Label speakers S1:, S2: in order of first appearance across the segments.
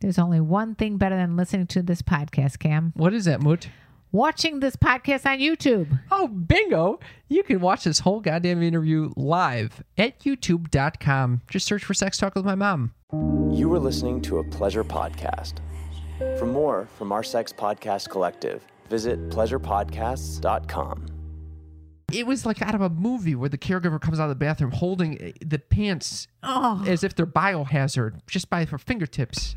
S1: There's only one thing better than listening to this podcast, Cam.
S2: What is that, Moot?
S1: Watching this podcast on YouTube.
S2: Oh, bingo! You can watch this whole goddamn interview live at youtube.com. Just search for Sex Talk with My Mom.
S3: You are listening to a pleasure podcast. For more from our Sex Podcast Collective, visit pleasurepodcasts.com.
S2: It was like out of a movie where the caregiver comes out of the bathroom holding uh, the pants
S1: Oh,
S2: as if they're biohazard just by her fingertips.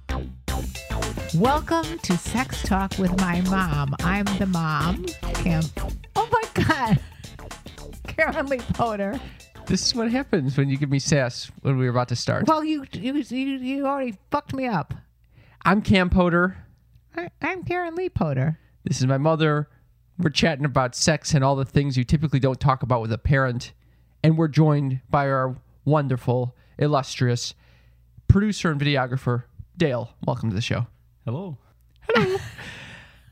S1: Welcome to Sex Talk with my mom. I'm the mom, Cam. Oh my God. Carolyn Lee Potter.
S2: This is what happens when you give me sass when we were about to start.
S1: Well, you, you, you, you already fucked me up.
S2: I'm Cam Potter.
S1: I, I'm Karen Lee Potter.
S2: This is my mother. We're chatting about sex and all the things you typically don't talk about with a parent. And we're joined by our wonderful, illustrious producer and videographer, Dale. Welcome to the show. Uh,
S4: Hello.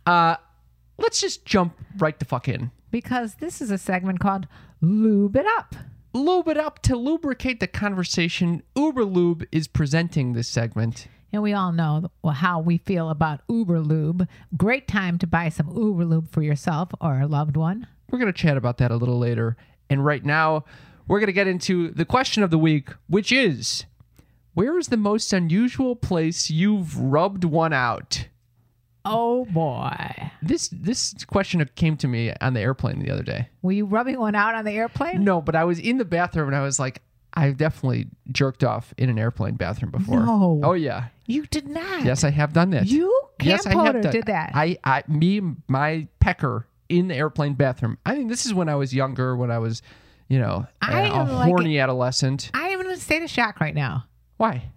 S2: Let's just jump right the fuck in.
S1: Because this is a segment called Lube It Up.
S2: Lube it up to lubricate the conversation. Uberlube is presenting this segment.
S1: And we all know how we feel about Uber Lube. Great time to buy some Uber Lube for yourself or a loved one.
S2: We're going to chat about that a little later. And right now, we're going to get into the question of the week, which is where is the most unusual place you've rubbed one out?
S1: Oh boy.
S2: This this question came to me on the airplane the other day.
S1: Were you rubbing one out on the airplane?
S2: No, but I was in the bathroom and I was like, I've definitely jerked off in an airplane bathroom before.
S1: No.
S2: Oh yeah.
S1: You did not.
S2: Yes, I have done that.
S1: You, Cam
S2: yes, I
S1: Potter,
S2: have done.
S1: did that.
S2: I, I, me, my pecker in the airplane bathroom. I mean, this is when I was younger, when I was, you know,
S1: I
S2: a a
S1: don't like
S2: horny adolescent.
S1: I am in a state of shock right now.
S2: Why?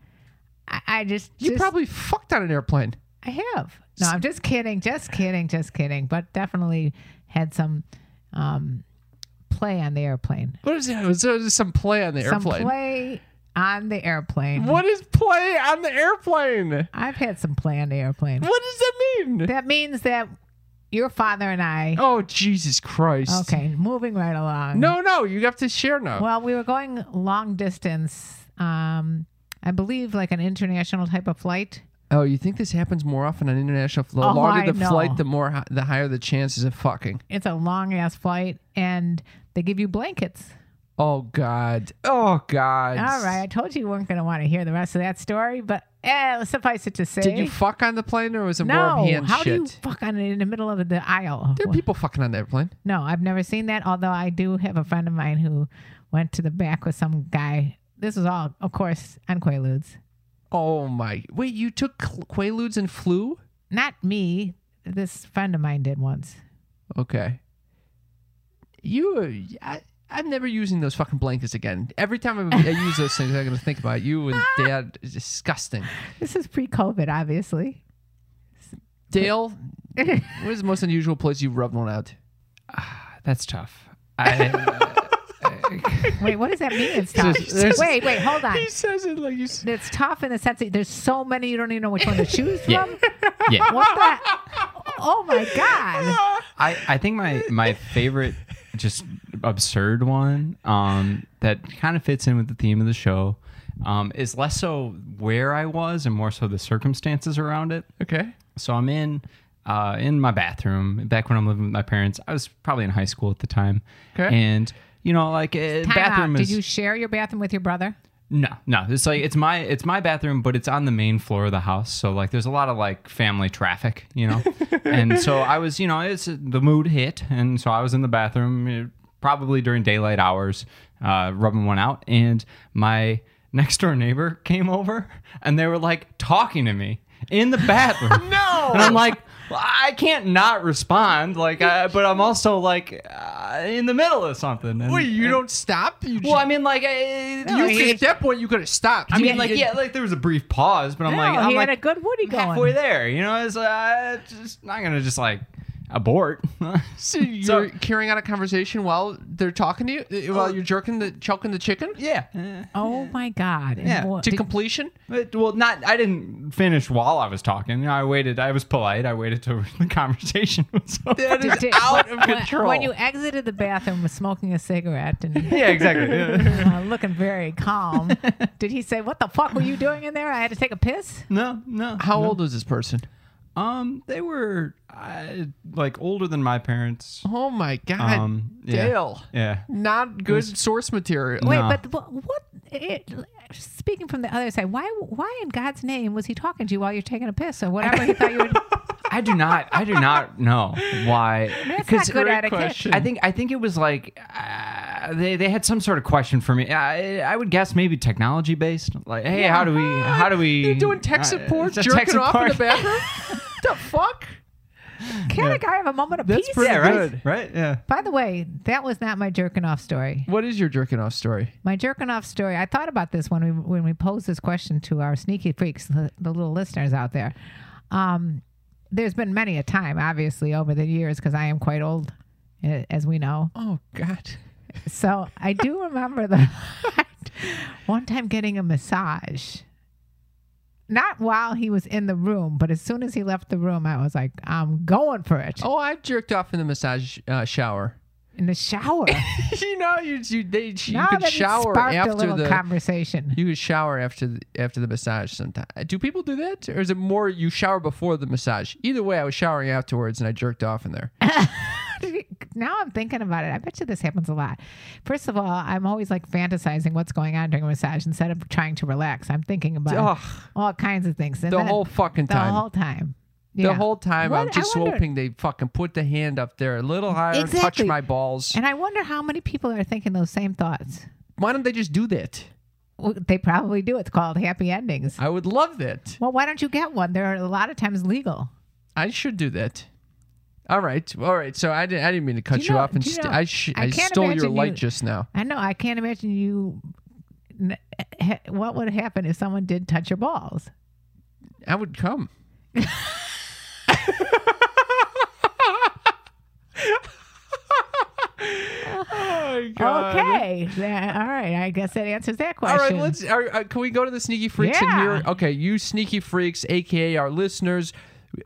S1: I, I just,
S2: You
S1: just-
S2: probably fucked on an airplane.
S1: I have. No, I'm just kidding, just kidding, just kidding. But definitely had some um, play on the airplane.
S2: What is it? Was there some play on the airplane?
S1: Some play on the airplane.
S2: What is play on the airplane?
S1: I've had some play on the airplane.
S2: What does that mean?
S1: That means that your father and I.
S2: Oh Jesus Christ!
S1: Okay, moving right along.
S2: Oh, No, no, you have to share now.
S1: Well, we were going long distance. Um, I believe like an international type of flight.
S2: oh, you think this happens more often on international flight? The
S1: Oh,
S2: longer
S1: I
S2: the
S1: know.
S2: flight, the more hi- the higher the chances of fucking.
S1: It's a long ass flight, and they give you blankets.
S2: Oh God! Oh God!
S1: All right, I told you you weren't going to want to hear the rest of that story, but eh, suffice it to say,
S2: Did you fuck on the plane or was it more
S1: no.
S2: of hand
S1: how
S2: shit?
S1: do you fuck on it in the middle of the aisle?
S2: there are people fucking on the airplane.
S1: No, I've never seen that. Although I do have a friend of mine who went to the back with some guy. This was all, of course, on Quaaludes.
S2: Oh my! Wait, you took Qu- Quaaludes and flew?
S1: Not me. This friend of mine did once.
S2: Okay. You, I, I'm never using those fucking blankets again. Every time I, I use those things, I'm gonna think about you and Dad. It's disgusting.
S1: This is pre-COVID, obviously.
S2: Dale, what is the most unusual place you've rubbed one out?
S4: That's tough. I,
S1: Wait, what does that mean? It's tough.
S2: there's-
S1: wait, wait, hold on.
S2: says it like you. s-
S1: It's tough in the sense that there's so many you don't even know which one to choose from.
S4: Yeah. yeah.
S1: What the? Oh my god!
S4: I, I think my, my favorite, just absurd one um, that kind of fits in with the theme of the show um, is less so where I was and more so the circumstances around it.
S2: Okay.
S4: So I'm in uh, in my bathroom back when I'm living with my parents. I was probably in high school at the time.
S2: Okay.
S4: And, you know, like, uh,
S1: Time
S4: bathroom
S1: out.
S4: is.
S1: Did you share your bathroom with your brother?
S4: No, no. It's like it's my it's my bathroom, but it's on the main floor of the house. So like there's a lot of like family traffic, you know. and so I was, you know, it's the mood hit, and so I was in the bathroom eh, probably during daylight hours, uh, rubbing one out, and my next door neighbor came over, and they were like talking to me in the bathroom. no, and I'm like. I can't not respond. Like, I, but I'm also like uh, in the middle of something. and-
S2: Wait, you don't stop? You
S4: Well, I
S2: just,
S4: mean, like, I,
S2: you
S4: you
S1: he-
S4: could-
S2: at that point you could have stopped.
S4: I
S2: You-
S4: mean, like,
S2: you-
S4: yeah, like there was a brief pause, but I'm like,
S1: No,
S4: I'm
S1: he
S4: like
S1: had a good Woody going.
S4: halfway there. You know, it's uh, just not gonna just like abort.
S2: So you're
S4: So-
S2: carrying on a conversation while they're talking to you, uh, while you're jerking the choking the chicken
S4: yeah.
S1: Oh my God. And
S4: Yeah,
S1: what-
S2: to
S1: did-
S2: completion.
S4: But- well, not. I didn't finish while I was talking. You know, I waited. I was polite. I waited till the conversation was over.
S1: did- did-
S2: out
S1: when-
S2: of
S1: when-
S2: control.
S1: When you exited the bathroom smoking a cigarette and
S4: yeah, exactly. Yeah.
S1: uh, looking very calm, did he say, What the fuck were you doing in there? I had to take a piss?
S4: No, no.
S2: How old was this person?
S4: Um, they were uh, like older than my parents.
S2: Oh my god,
S4: Um, yeah.
S2: Dale!
S4: Yeah.
S2: Not good source material.
S1: Wait,
S4: No.
S1: but what? what it, speaking from the other side, why? Why in God's name was he talking to you while you're taking a piss or whatever? He thought you would.
S4: I do not. I do not know why.
S1: That's not
S4: 'Cause-
S1: good etiquette.
S4: I think I think it was like uh, they they had some sort of question for me. I, I would guess maybe technology based. Like, hey, how do we how do we
S2: You're doing tech support,
S4: uh,
S2: jerking
S4: tech
S2: off in the
S4: support.
S2: bathroom. the fuck?
S1: Can a guy have a moment of
S2: That's
S1: peace?
S2: pretty
S4: Yeah, right,
S2: Good.
S4: right, yeah.
S1: By the way, that was not my jerking off story.
S2: What is your jerking off story?
S1: My jerking off story. I thought about this when we when we posed this question to our sneaky freaks, the, the little listeners out there. Um, there's been many a time, obviously, over the years, because I am quite old, eh, as we know.
S2: Oh god.
S1: So I do remember the one time getting a massage. Not while he was in the room, but as soon as he left the room, I was like, I'm going for it
S2: Oh, I jerked off in the massage uh, shower.
S1: in the shower.
S2: you know, you you, they, you
S1: now
S2: could
S1: that it
S2: shower
S1: sparked a
S2: after
S1: little
S2: the
S1: conversation.
S2: You could shower after the, after the massage sometimes. Uh, Do people do that, or is it more you shower before the massage? Either way, I was showering afterwards and I jerked off in there.
S1: now I'm thinking about it. I bet you this happens a lot. First of all, I'm always like fantasizing what's going on during a massage instead of trying to relax. I'm thinking about
S2: Ugh.
S1: all kinds of things. And
S2: The
S1: then-
S2: whole fucking
S1: the
S2: time.
S1: whole time.
S2: The
S1: Yeah.
S2: whole time,
S1: What-
S2: I'm
S1: I
S2: just
S1: wonder-
S2: hoping they fucking put the hand up there a little higher, and touch
S1: Exactly.
S2: my balls.
S1: And I wonder how many people are thinking those same thoughts.
S2: Why don't they just do that?
S1: Well, they probably do. It's called happy endings.
S2: I would love that.
S1: Well, why don't you get one? They're a lot of times legal.
S2: I should do that. All right, all right. So I didn't, I didn't mean to cut
S1: Do
S2: you,
S1: you know-
S2: off, and
S1: do you
S2: st-
S1: know-
S2: I, sh-
S1: I
S2: I
S1: can't
S2: stole your
S1: imagine
S2: light
S1: you-
S2: just now.
S1: I know. I can't imagine you. n- ha- What would happen if someone did touch your balls?
S2: I would come.
S1: Okay. That- all right. I guess that answers that
S2: All
S1: question.
S2: right, let's. Are, are, can we go to the sneaky freaks in
S1: Yeah.
S2: here? Okay, you sneaky freaks, aka our listeners,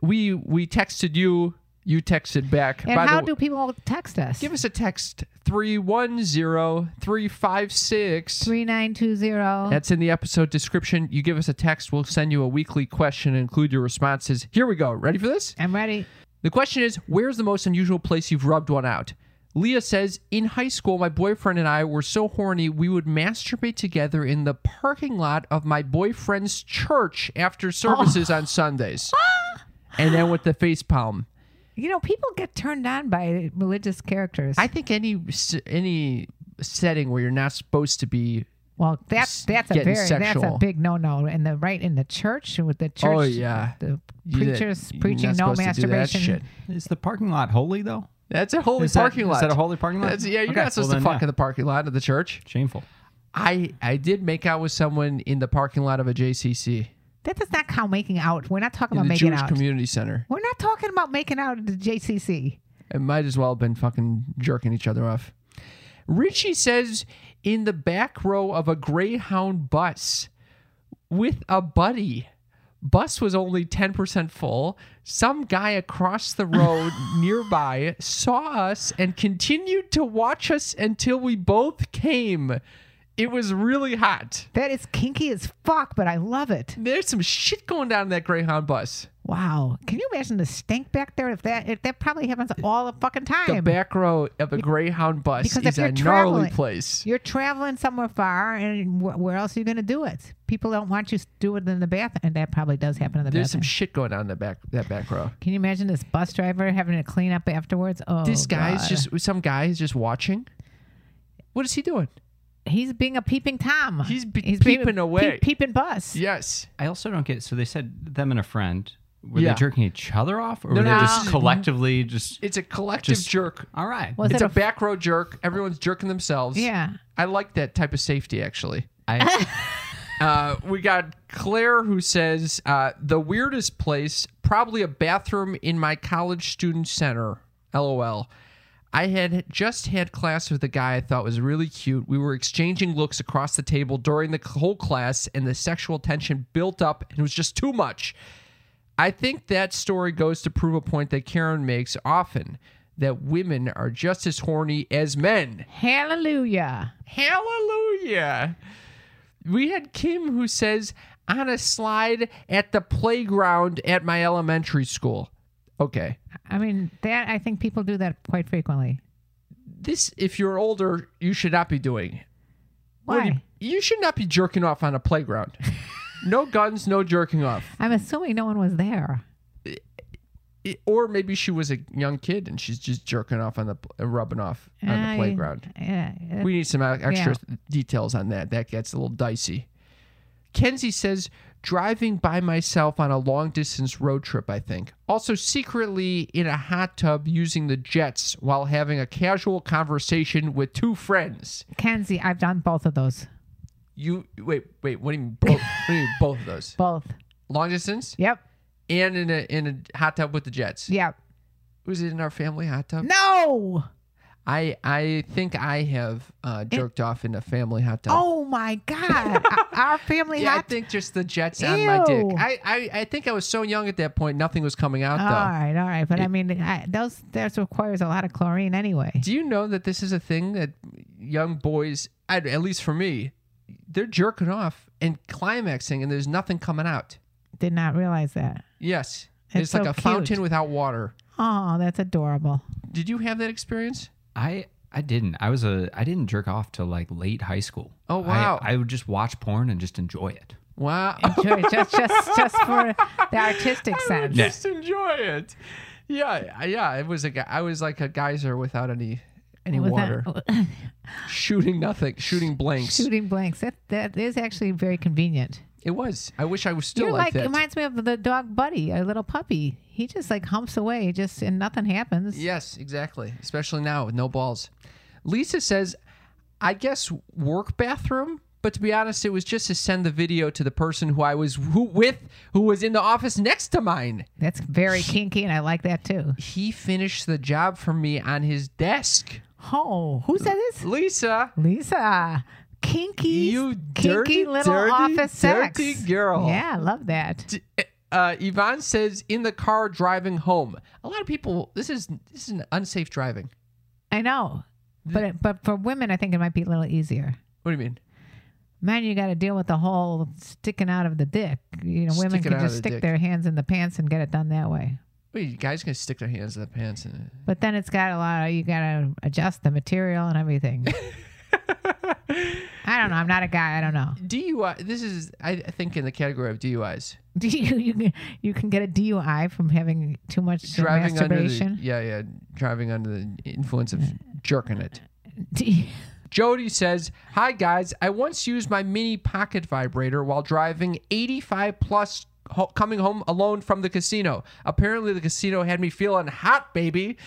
S2: we we texted you. You texted back.
S1: and
S2: By the
S1: how
S2: way-
S1: do people text us?
S2: give us a text 310-356.
S1: 3920.
S2: That's in the episode description. You give us a text, we'll send you a weekly question and include your responses. Here we go. Ready for this?
S1: I'm ready.
S2: The question is, where's the most unusual place you've rubbed one out? Leah says, in high school, my boyfriend and I were so horny, we would masturbate together in the parking lot of my boyfriend's church after services
S1: Oh.
S2: on Sundays.
S1: Ah.
S2: and then with the face palm.
S1: You know, people get turned on by religious characters.
S2: I think any s- any setting where you're not supposed to be
S1: well, that's that's a
S2: Getting
S1: very that's
S2: sexual.
S1: a big no no. And the right in the church with the church.
S2: Oh, yeah.
S1: The
S2: You-
S1: preachers
S2: you're not
S1: preaching no
S2: supposed to do that
S1: masturbation.
S2: shit.
S4: Is the parking lot holy though?
S2: That's a holy
S4: Is that-
S2: parking
S4: is
S2: lot.
S4: that a holy parking lot?
S2: That's- yeah, you're
S4: Okay,
S2: not supposed
S4: well
S2: to
S4: then,
S2: fuck
S4: yeah.
S2: in the parking lot of the church.
S4: Shameful.
S2: I I did make out with someone in the parking lot of a JCC
S1: That does not count making out. We're not talking
S2: in
S1: about
S2: the
S1: making
S2: Jewish
S1: out.
S2: Community Center.
S1: We're not talking about making out at the JCC.
S2: It might as well have been fucking jerking each other off. Richie says in the back row of a Greyhound bus with a buddy. Bus was only 10% full. Some guy across the road nearby saw us and continued to watch us until we both came. It was really hot.
S1: That is kinky as fuck, but I love it.
S2: There's some shit going down in that Greyhound bus.
S1: Wow. Can you imagine the stink back there? If that if that probably happens all the fucking time.
S2: The back row of a Greyhound bus
S1: Because if
S2: is
S1: you're
S2: a gnarly
S1: traveling-
S2: place.
S1: You're traveling somewhere far, and wh- where else are you going to do it? People don't want you to do it in the bathroom, and that probably does happen in the
S2: There's some
S1: bathroom.
S2: shit going on in the back that back row.
S1: Can you imagine this bus driver having to clean up afterwards? Oh,
S2: this guy's
S1: God.
S2: just some guy is just watching. What is he doing?
S1: he's being a peeping tom.
S2: He's be-
S1: being a
S2: peeping away.
S1: peep- peeping bus.
S2: Yes.
S4: I also don't get. So they said them and a friend. were
S2: Yeah.
S4: they jerking each other off, or
S2: No,
S4: were they
S2: no,
S4: just
S2: it's-
S4: collectively just?
S2: It's a collective
S4: Just-
S2: jerk.
S4: All right.
S1: Was
S2: It's
S1: it
S2: a
S1: a-
S2: back row jerk. Everyone's jerking themselves.
S1: Yeah.
S2: I like that type of safety actually.
S4: I,
S2: Uh, we got Claire who says uh, the weirdest place, probably a bathroom in my college student center. LOL. I had just had class with a guy I thought was really cute. We were exchanging looks across the table during the whole class, and the sexual tension built up, and it was just too much. I think that story goes to prove a point that Karen makes often that women are just as horny as men.
S1: Hallelujah.
S2: Hallelujah. We had Kim who says, on a slide at the playground at my elementary school. Okay.
S1: I mean, that I think people do that quite frequently.
S2: This, if you're older, you should not be doing.
S1: Why?
S2: You should not be jerking off on a playground. no guns, no jerking off.
S1: I'm assuming no one was there.
S2: I- Or maybe she was a young kid and she's just jerking off on the, uh, rubbing off on
S1: I-
S2: the playground.
S1: Yeah. it-
S2: We need some e- extra details on that. That gets a little dicey. Kenzie says, driving by myself on a long distance road trip, I think. Also, secretly in a hot tub using the jets while having a casual conversation with two friends.
S1: Kenzie, I've done both of those.
S2: You, wait, wait, what do you mean both, what do you mean both of those?
S1: Both.
S2: Long distance
S1: Yep.
S2: and in a, in a hot tub with the jets.
S1: Yep.
S2: Was it in our family hot tub?
S1: No.
S2: I, I think I have uh, jerked off in a family hot tub.
S1: Oh my God. Our- Our family
S2: Yeah, I
S1: had to.
S2: think just the jets on my dick.
S1: Ew.
S2: I, I, I think I was so young at that point, nothing was coming out
S1: All
S2: though.
S1: right, all right, but I mean, I, those that requires a lot of chlorine anyway.
S2: Do you know that this is a thing that young boys, at at least for me, they're jerking off and climaxing, and there's nothing coming out.
S1: Did not realize that.
S2: Yes,
S1: It's
S2: it's, like
S1: so
S2: a
S1: cute.
S2: fountain without water.
S1: Oh, that's adorable.
S2: Did you have that experience?
S4: I I didn't. I was a I didn't jerk off till like late high school.
S2: Oh,
S4: I-
S2: wow.
S4: I, would just watch porn and just enjoy it.
S2: Wow,
S1: Sure, just just just for the artistic sense.
S2: just enjoy it. Yeah, I- yeah. It was a guy. I was like a geyser without any any
S1: With
S2: water,
S1: that-
S2: shooting nothing, shooting blanks.
S1: shooting blanks. That that is actually very convenient.
S2: It was. I wish I was still
S1: You're
S2: like,
S1: like,
S2: that.
S1: it reminds me of the dog Buddy, a little puppy. He just like humps away, just and nothing happens.
S2: Yes, exactly. Especially now with no balls. Lisa says, I guess work bathroom. But to be honest, it was just to send the video to the person who I was who, with, who was in the office next to mine.
S1: That's very kinky, and I like that too.
S2: He finished the job for me on his desk.
S1: Oh, who said this?
S2: Lisa,
S1: Lisa. Kinky,
S2: You
S1: kinky
S2: dirty,
S1: little
S2: dirty,
S1: office
S2: dirty
S1: sex.
S2: girl.
S1: Yeah, I love that.
S2: uh, Yvonne says, in the car driving home. A lot of people, this is this is an unsafe driving.
S1: I know, but it, but for women, I think it might be a little easier.
S2: What do you mean?
S1: Man, you got to deal with the whole sticking out of the dick. You know, women
S2: Sticking
S1: can
S2: out
S1: just
S2: of the
S1: stick
S2: dick.
S1: their hands in the pants and get it done that way.
S2: Wait, you guys gonna stick their hands in the pants and
S1: But then it's got a lot of you got to adjust the material and everything. I don't know. I'm not a guy. I don't know.
S2: DUI. This is, I I think, in the category of DUIs.
S1: Do you you can, you can get a DUI from having too much
S2: driving under the,
S1: masturbation?
S2: yeah yeah driving under the influence of jerking it
S1: Do you-
S2: jody says hi guys i once used my mini pocket vibrator while driving 85 plus ho- coming home alone from the casino apparently the casino had me feeling hot baby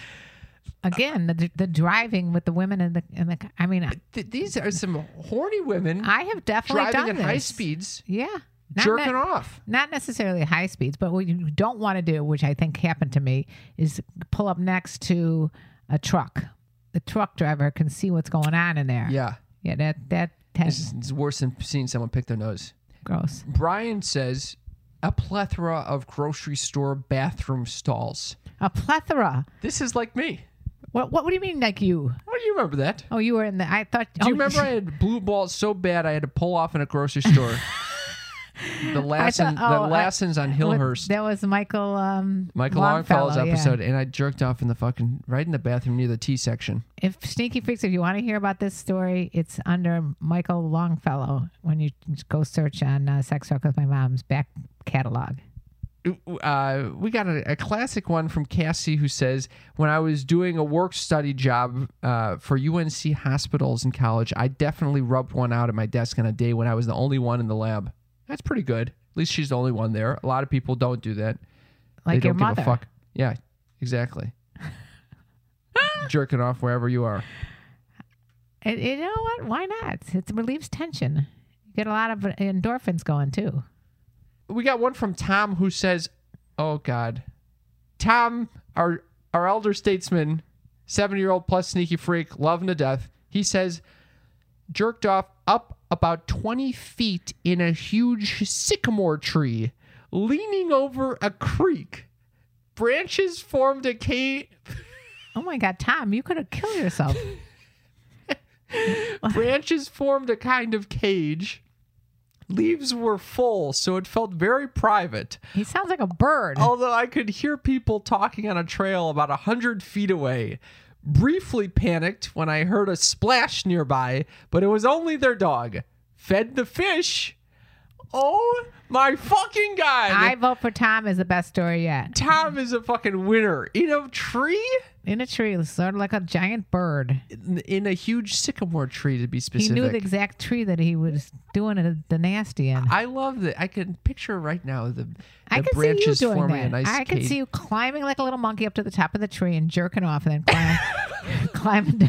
S1: Again, the, the driving with the women and the and the. I mean, I-
S2: Th- these are some horny women
S1: I have definitely
S2: driving
S1: done
S2: at
S1: this.
S2: high speeds
S1: Yeah. Not
S2: jerking
S1: ne-
S2: off
S1: Not necessarily high speeds, but what you don't want to do, which I think happened to me, is pull up next to a truck. The truck driver can see what's going on in there.
S2: yeah
S1: Yeah, that that that's
S2: it's, it's worse than seeing someone pick their nose
S1: gross.
S2: brian says a plethora of grocery store bathroom stalls
S1: A plethora.
S2: this is like me
S1: What what, what do you mean like you?
S2: Why do you remember that?
S1: Oh, you were in the I thought
S2: Do you
S1: oh,
S2: remember I had blue balls so bad I had to pull off in a grocery store? the
S1: I
S2: Lassen,
S1: thought- oh, I-
S2: the Lassens on
S1: what-
S2: Hillhurst,
S1: That was Michael um
S2: Michael Longfellow's
S1: yeah.
S2: episode, and I jerked off in the fucking right in the bathroom near the T section.
S1: If Sneaky Freaks, if you want to hear about this story, it's under Michael Longfellow when you go search on uh, Sex Talk with My Mom's back catalog.
S2: Uh, we got a, a classic one from Cassie who says, "When I was doing a work study job uh, for UNC hospitals in college, I definitely rubbed one out at my desk on a day when I was the only one in the lab. That's pretty good. At least she's the only one there. A lot of people don't do that.
S1: like
S2: they
S1: your
S2: don't
S1: mother.
S2: give a fuck. Yeah, exactly. Jerking off wherever you are.
S1: It, you know what? Why not? It relieves tension. You get a lot of endorphins going too.
S2: We got one from Tom who says, "Oh God, Tom, our our elder statesman, seven year old plus sneaky freak, love him to death." He says, "Jerked off up about twenty feet in a huge sycamore tree, leaning over a creek. Branches formed a cave."
S1: Oh my God, Tom, you could have killed yourself.
S2: Branches formed a kind of cage. Leaves were full, so it felt very private.
S1: he sounds like a bird.
S2: Although I could hear people talking on a trail about a hundred feet away. Briefly panicked when I heard a splash nearby, but it was only their dog. Fed the fish. Oh my fucking god!
S1: I vote for Tom as the best story yet.
S2: Tom is a fucking winner. In a tree?
S1: In a tree, sort of like a giant bird.
S2: In, in a huge sycamore tree, to be
S1: He
S2: specific.
S1: knew the exact tree that he was doing it, the nasty in.
S2: I love that. I can picture right now the, the
S1: I could see you
S2: branches
S1: doing
S2: forming a
S1: that.
S2: nice
S1: I could
S2: cage.
S1: see you climbing like a little monkey up to the top of the tree and jerking off, and then climb, climbing down.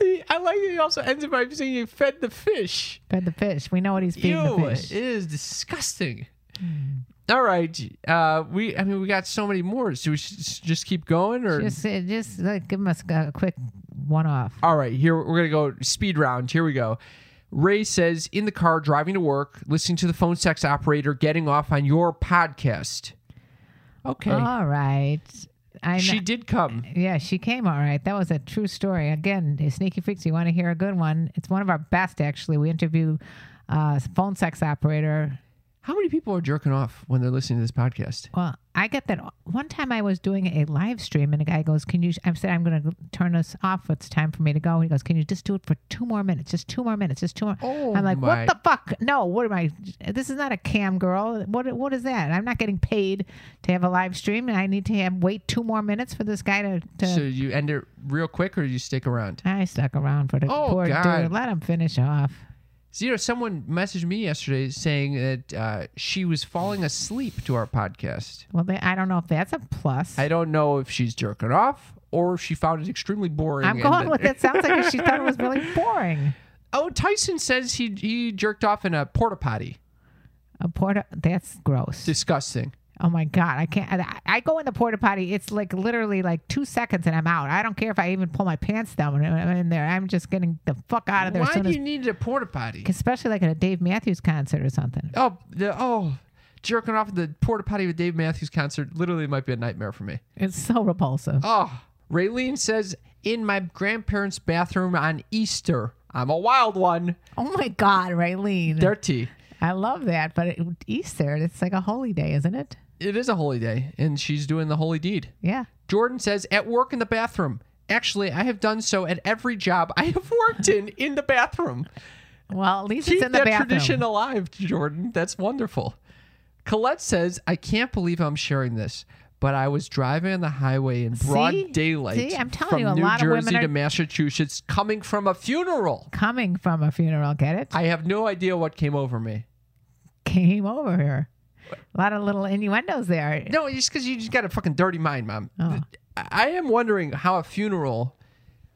S2: He- I like that he also ends it by saying you fed the fish.
S1: Fed the fish. We know what he's feeding
S2: Ew,
S1: the
S2: it
S1: fish.
S2: is disgusting. Hmm. All right, uh, we. I mean, we got so many more. So we should s- just keep going, or
S1: Just, uh, just like, give him a, s- a quick one off.
S2: all right. Here we're gonna go speed round. Here we go. Ray says in the car driving to work, listening to the phone sex operator, getting off on your podcast. Okay,
S1: All right. Oh, I know.
S2: she did come.
S1: yeah, she came all right. That was a true story. Again, the Sneaky Freaks, you want to hear a good one? It's one of our best, actually. We interview uh, phone sex operator.
S2: How many people are jerking off when they're listening to this podcast?
S1: Well, I get that. One time I was doing a live stream and a guy goes, Can you? I said, I'm going to turn this off. It's time for me to go. And he goes, Can you just do it for two more minutes? Just two more minutes. Just two more.
S2: Oh,
S1: I'm like,
S2: my-
S1: What the fuck? No, what am I? This is not a cam girl. What, what is that? I'm not getting paid to have a live stream and I need to have wait two more minutes for this guy to. to
S2: So you end it real quick, or you stick around?
S1: I stuck around for the
S2: Oh,
S1: poor
S2: God.
S1: dude. Let him finish off.
S2: So, you know, someone messaged me yesterday saying that uh, she was falling asleep to our podcast.
S1: Well, they, I don't know if that's a plus.
S2: I don't know if she's jerking off or if she found it extremely boring.
S1: am
S2: and
S1: going
S2: that-
S1: with it. Sounds like she thought it was really boring.
S2: Oh, Tyson says he he jerked off in a porta potty.
S1: A porta. That's gross.
S2: Disgusting.
S1: Oh my god, I can't. I, I go in the porta potty. It's like literally like two seconds and I'm out. I don't care if I even pull my pants down when I'm in there. I'm just getting the fuck out of there. as
S2: Why
S1: soon
S2: do
S1: as,
S2: you need a porta potty?
S1: especially like at a Dave Matthews concert or something.
S2: Oh, the, oh, jerking off at the porta potty with Dave Matthews concert literally might be a nightmare for me.
S1: It's so repulsive.
S2: Oh, Raylene says in my grandparents' bathroom on Easter. I'm a wild one.
S1: Oh my god, Raylene.
S2: Dirty.
S1: I love that, but it, Easter, it's like a holy day, isn't it?
S2: It is a holy day, and she's doing the holy deed.
S1: Yeah.
S2: Jordan says, at work in the bathroom. Actually, I have done so at every job I have worked in in the bathroom.
S1: Well, at least
S2: Keep
S1: it's in the
S2: that
S1: bathroom.
S2: tradition alive, Jordan. That's wonderful. Colette says, I can't believe I'm sharing this, but I was driving on the highway in broad
S1: See?
S2: daylight
S1: See, I'm telling
S2: from
S1: you, a
S2: New
S1: lot of
S2: Jersey
S1: women
S2: to
S1: are-
S2: Massachusetts coming from a funeral.
S1: Coming from a funeral, get it?
S2: I have no idea what came over me.
S1: Came over here. A lot of little innuendos there.
S2: No, it's just because you just got a fucking dirty mind, mom.
S1: Oh.
S2: I am wondering how a funeral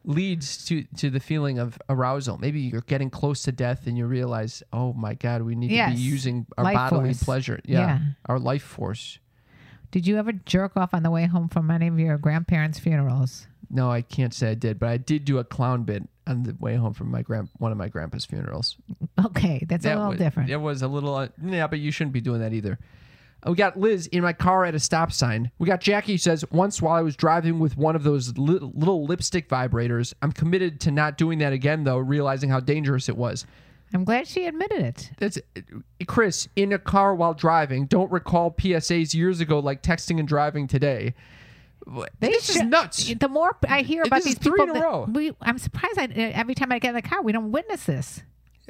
S2: leads to to the feeling of arousal. Maybe you're getting close to death and you realize, oh my god, we need to
S1: Yes.
S2: be using our
S1: Life
S2: bodily
S1: force.
S2: pleasure. Yeah,
S1: Yeah.
S2: our life force.
S1: Did you ever jerk off on the way home from any of your grandparents' funerals?
S2: No, I can't say I did, but I did do a clown bit on the way home from my grand one of my grandpa's funerals.
S1: Okay, that's a little
S2: was,
S1: different.
S2: It was a little, uh, yeah, but you shouldn't be doing that either. Uh, We got Liz in my car at a stop sign. We got Jackie says, once while I was driving with one of those li- little lipstick vibrators, I'm committed to not doing that again, though, realizing how dangerous it was.
S1: I'm glad she admitted it.
S2: That's uh, Chris in a car while driving. Don't recall PSAs years ago like texting and driving today. this is
S1: should-
S2: nuts.
S1: The more I hear about
S2: This
S1: these
S2: is
S1: people,
S2: three in a
S1: that
S2: row.
S1: we I'm surprised. I, every time I get in the car, we don't witness this.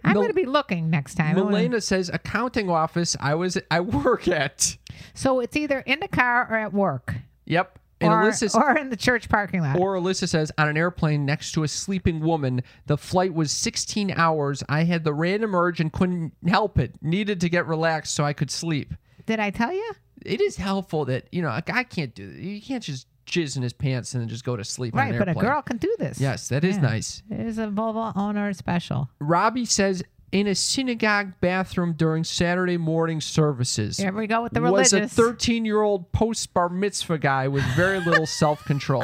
S1: I'm
S2: Mil-
S1: going to be looking next time. I wanna-
S2: Milena says accounting office I was I work at.
S1: So it's either in the car or at work,
S2: Yep. And
S1: or,
S2: Alyssa's
S1: or in the church parking lot.
S2: Or Alyssa says, on an airplane next to a sleeping woman, the flight was 16 hours. I had the random urge and couldn't help it. Needed to get relaxed so I could sleep.
S1: Did I tell you?
S2: it is helpful that you know a guy can't do. You can't just jizz in his pants and then just go to sleep. on
S1: Right,
S2: an
S1: but a
S2: airplane.
S1: girl can do this.
S2: Yes, that is
S1: Yeah.
S2: nice.
S1: It is a Volvo owner special.
S2: Robbie says in a synagogue bathroom during Saturday morning services.
S1: Here we go with the
S2: was a
S1: religious.
S2: 13 year old post bar mitzvah guy with very little self control.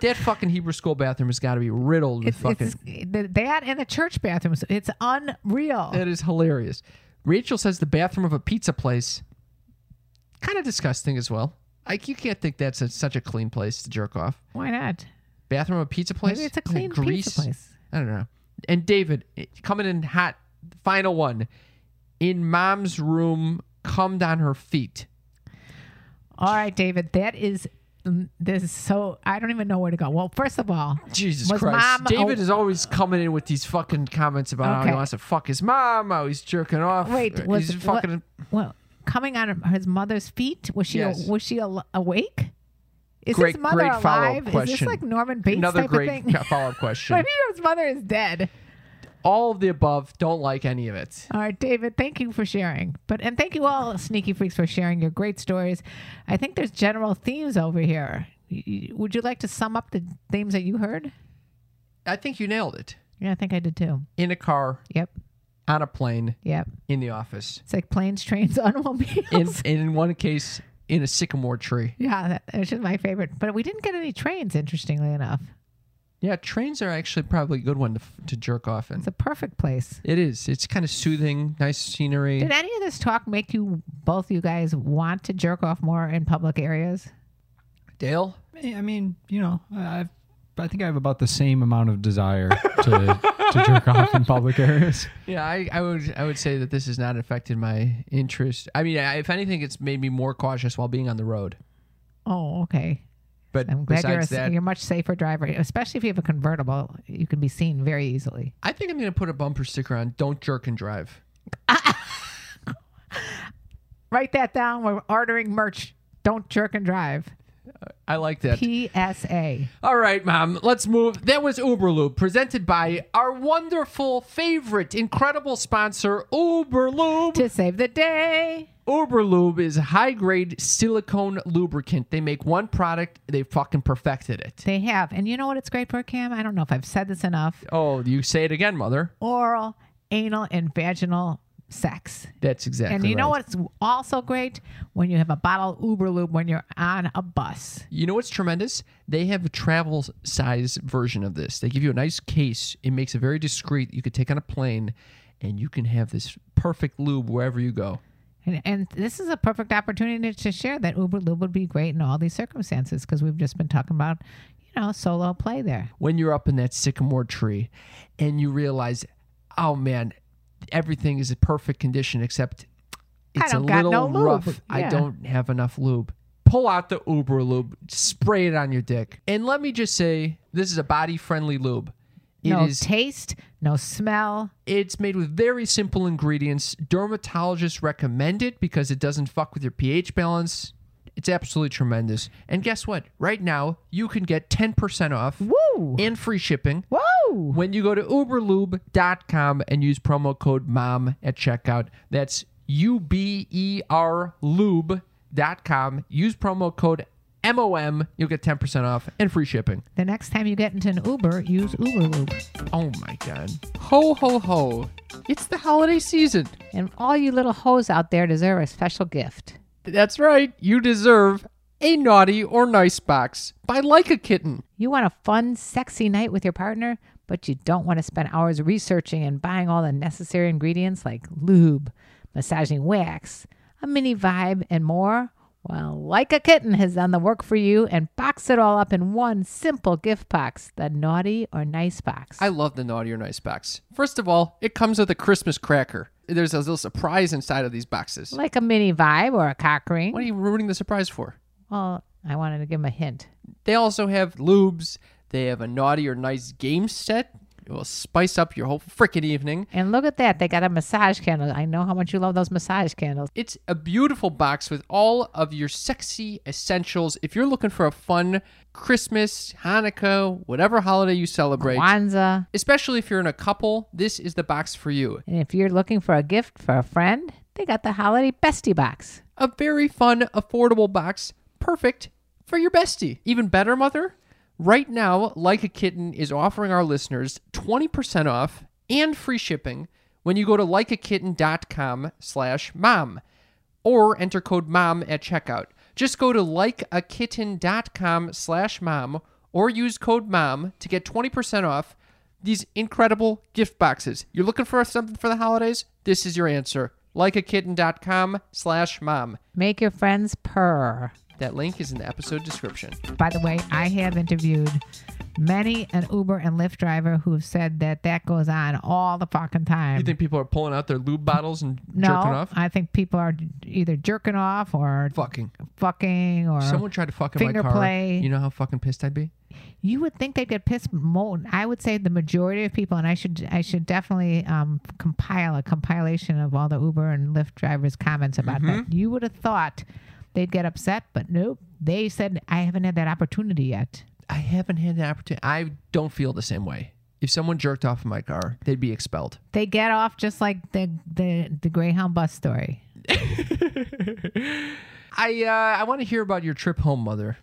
S2: That fucking Hebrew school bathroom has got to be riddled with
S1: It's,
S2: fucking.
S1: it's th- that in the church bathrooms. It's unreal.
S2: That is hilarious. Rachel says the bathroom of a pizza place, kind of disgusting as well. Like you can't think that's a, such a clean place to jerk off.
S1: Why not?
S2: Bathroom of a pizza place.
S1: Maybe it's a
S2: Is it
S1: clean
S2: grease?
S1: pizza place.
S2: I don't know. And David it- coming in hot. Final one. In mom's room, cummed on her feet.
S1: All right, David. That is mm, this is so. I don't even know where to go. Well, first of all,
S2: Jesus
S1: Was
S2: Christ.
S1: mom
S2: David
S1: a-
S2: is always coming in with these fucking comments about how he
S1: Okay.
S2: wants to fuck his mom, how he's jerking off.
S1: wait,
S2: he's
S1: was what-
S2: fucking.
S1: well coming on his mother's feet? Was she
S2: Yes.
S1: was she al- awake? Is
S2: Great-
S1: his mother
S2: great follow-up
S1: alive? Is
S2: question.
S1: this like Norman Bates
S2: Another
S1: type of
S2: great
S1: thing?
S2: follow up question.
S1: Maybe his mother is dead.
S2: All of the above, don't like any of it.
S1: All right, David, thank you for sharing. But and thank you all, sneaky freaks, for sharing your great stories. I think there's general themes over here. Y- y- Would you like to sum up the themes that you heard?
S2: I think you nailed it.
S1: Yeah, I think I did too.
S2: In a car,
S1: Yep,
S2: on a plane,
S1: yep.
S2: in the office.
S1: It's like planes, trains, automobiles.
S2: In, in one case, in a sycamore tree.
S1: yeah, that, that's just my favorite. But we didn't get any trains, interestingly enough.
S2: Yeah, trains are actually probably a good one to, f- to jerk off in.
S1: It's a perfect place.
S2: It is. It's kind of soothing, nice scenery.
S1: Did any of this talk make you both you guys want to jerk off more in public areas?
S2: Dale,
S4: I mean, you know, I've, I think I have about the same amount of desire to, to jerk off in public areas.
S2: Yeah, I, I would I would say that this has not affected my interest. I mean, I, if anything, it's made me more cautious while being on the road.
S1: Oh, okay.
S2: But
S1: I'm glad you're a,
S2: besides that,
S1: you're a much safer driver, especially if you have a convertible. You can be seen very easily.
S2: I think I'm going to put a bumper sticker on "Don't jerk and drive."
S1: Write that down. We're ordering merch. Don't jerk and drive.
S2: I like that.
S1: PSA.
S2: All right, mom, let's move. That was Uberloop, presented by our wonderful, favorite, incredible sponsor, Uberloop.
S1: To save the day.
S2: Uberlube is high grade silicone lubricant. They make one product, they fucking perfected it.
S1: They have. And you know what it's great for, Cam? I don't know if I've said this enough.
S2: Oh, you say it again, mother.
S1: Oral, anal, and vaginal sex.
S2: That's exactly.
S1: And you know
S2: right.
S1: what's also great? When you have a bottle of Uber Lube when you're on a bus.
S2: You know what's tremendous? They have a travel size version of this. They give you a nice case. It makes it very discreet. You could take on a plane and you can have this perfect lube wherever you go.
S1: And, and this is a perfect opportunity to share that Uber Lube would be great in all these circumstances because we've just been talking about, you know, solo play there.
S2: When you're up in that sycamore tree and you realize, oh man, everything is in perfect condition except
S1: I
S2: it's a
S1: don't got
S2: little
S1: no lube.
S2: rough. I
S1: Yeah.
S2: don't have enough lube. Pull out the Uber lube, spray it on your dick. And let me just say, this is a body friendly lube. It is.
S1: no taste, no smell.
S2: It's made with very simple ingredients. Dermatologists recommend it because it doesn't fuck with your pH balance. It's absolutely tremendous. And guess what? Right now, you can get 10% off
S1: Woo!
S2: and free shipping
S1: Woo!
S2: when you go to uberlube.com and use promo code MOM at checkout. That's U B E R lube.com. Use promo code MOM. You'll get 10% off and free shipping.
S1: The next time you get into an Uber, use Uber Lube.
S2: Oh my God.
S5: Ho, ho, ho. It's the holiday season.
S1: And all you little hoes out there deserve a special gift.
S5: That's right, you deserve a naughty or nice box by Like a Kitten.
S1: You want a fun, sexy night with your partner, but you don't want to spend hours researching and buying all the necessary ingredients like lube, massaging wax, a mini vibe, and more? Well, Like a Kitten has done the work for you and boxed it all up in one simple gift box the naughty or nice box.
S5: I love the naughty or nice box. First of all, it comes with a Christmas cracker. There's a little surprise inside of these boxes. What
S1: like a mini vibe or a cock ring.
S5: are you ruining the surprise for?
S1: Well, I wanted to give him a hint.
S5: They also have lubes. They have a naughty or nice game set. It will spice up your whole frickin' evening.
S1: And look at that. They got a massage candle. I know how much you love those massage candles.
S5: It's a beautiful box with all of your sexy essentials. If you're looking for a fun Christmas, Hanukkah, whatever holiday you celebrate,
S1: Wanza.
S5: especially if you're in a couple, this is the box for you.
S1: And if you're looking for a gift for a friend, They got the holiday bestie box.
S5: A very fun, affordable box, perfect for your bestie. Even better, mother? Right now, Like a Kitten is offering our listeners 20% off and free shipping when you go to likeakitten.com slash mom or enter code mom at checkout. Just go to likeakitten.com slash mom or use code mom to get 20% off these incredible gift boxes. You're looking for something for the holidays? This is your answer. Likeakitten.com slash mom.
S1: Make your friends purr.
S5: That link is in the episode description.
S1: By the way, I have interviewed many an Uber and Lyft driver who have said that that goes on all the fucking time.
S2: You think people are pulling out their lube bottles and
S1: no,
S2: jerking off?
S1: I think people are either jerking off or
S2: Fucking.
S1: fucking or
S2: Someone tried to fuck in
S1: Finger
S2: my car.
S1: play.
S2: You know how fucking pissed I'd be?
S1: you would think they'd get pissed more. I would say the majority of people, and I should I should definitely um, compile a compilation of all the Uber and Lyft drivers' comments about that. You would have thought they'd get upset, but nope. They said I haven't had that opportunity yet.
S2: I haven't had the opportunity. I don't feel the same way. If someone jerked off in my car, they'd be expelled.
S1: They get off just like the the, the Greyhound bus story.
S2: I uh, I want to hear about your trip home, mother.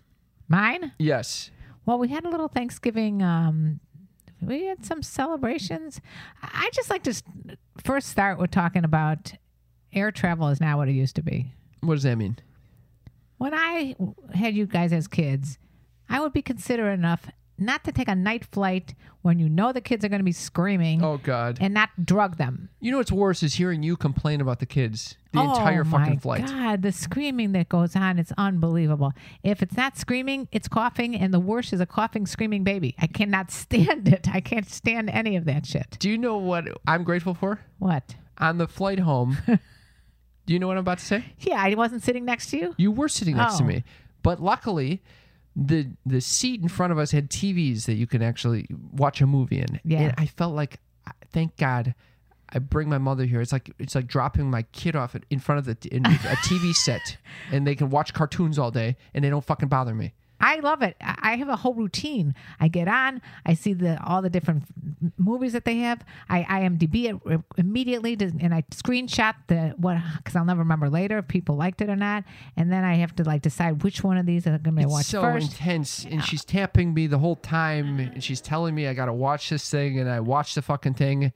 S1: Mine?
S2: Yes.
S1: Well, we had a little Thanksgiving. Um, we had some celebrations. I I just like to s- first start with talking about air travel is not what it used to be.
S2: What does that mean?
S1: When I had you guys as kids, I would be considerate enough not to take a night flight when you know the kids are going to be screaming
S2: Oh God.
S1: and not drug them.
S2: you know what's worse is hearing you complain about the kids the
S1: Oh,
S2: entire fucking
S1: my
S2: flight.
S1: God, the screaming that goes on, it's unbelievable. If it's not screaming, it's coughing, and the worst is a coughing, screaming baby. I cannot stand it. I can't stand any of that shit.
S2: Do you know what I'm grateful for?
S1: What?
S2: On the flight home, do you know what I'm about to say?
S1: Yeah, I wasn't sitting next to you.
S2: You were sitting next to
S1: Oh.
S2: me, but luckily, the the seat in front of us had TVs that you can actually watch a movie in.
S1: Yeah.
S2: and I felt like, thank God, I bring my mother here. It's like it's like dropping my kid off in front of the in a TV set, and they can watch cartoons all day, and they don't fucking bother me.
S1: I love it. I I have a whole routine. I get on. I see the all the different m- movies that they have. I IMDb it r- immediately, to, and I screenshot the what because I'll never remember later if people liked it or not. And then I have to like decide which one of these I'm going to watch
S2: so
S1: first.
S2: intense and she's tapping me the whole time and she's telling me i gotta watch this thing and i watch the fucking thing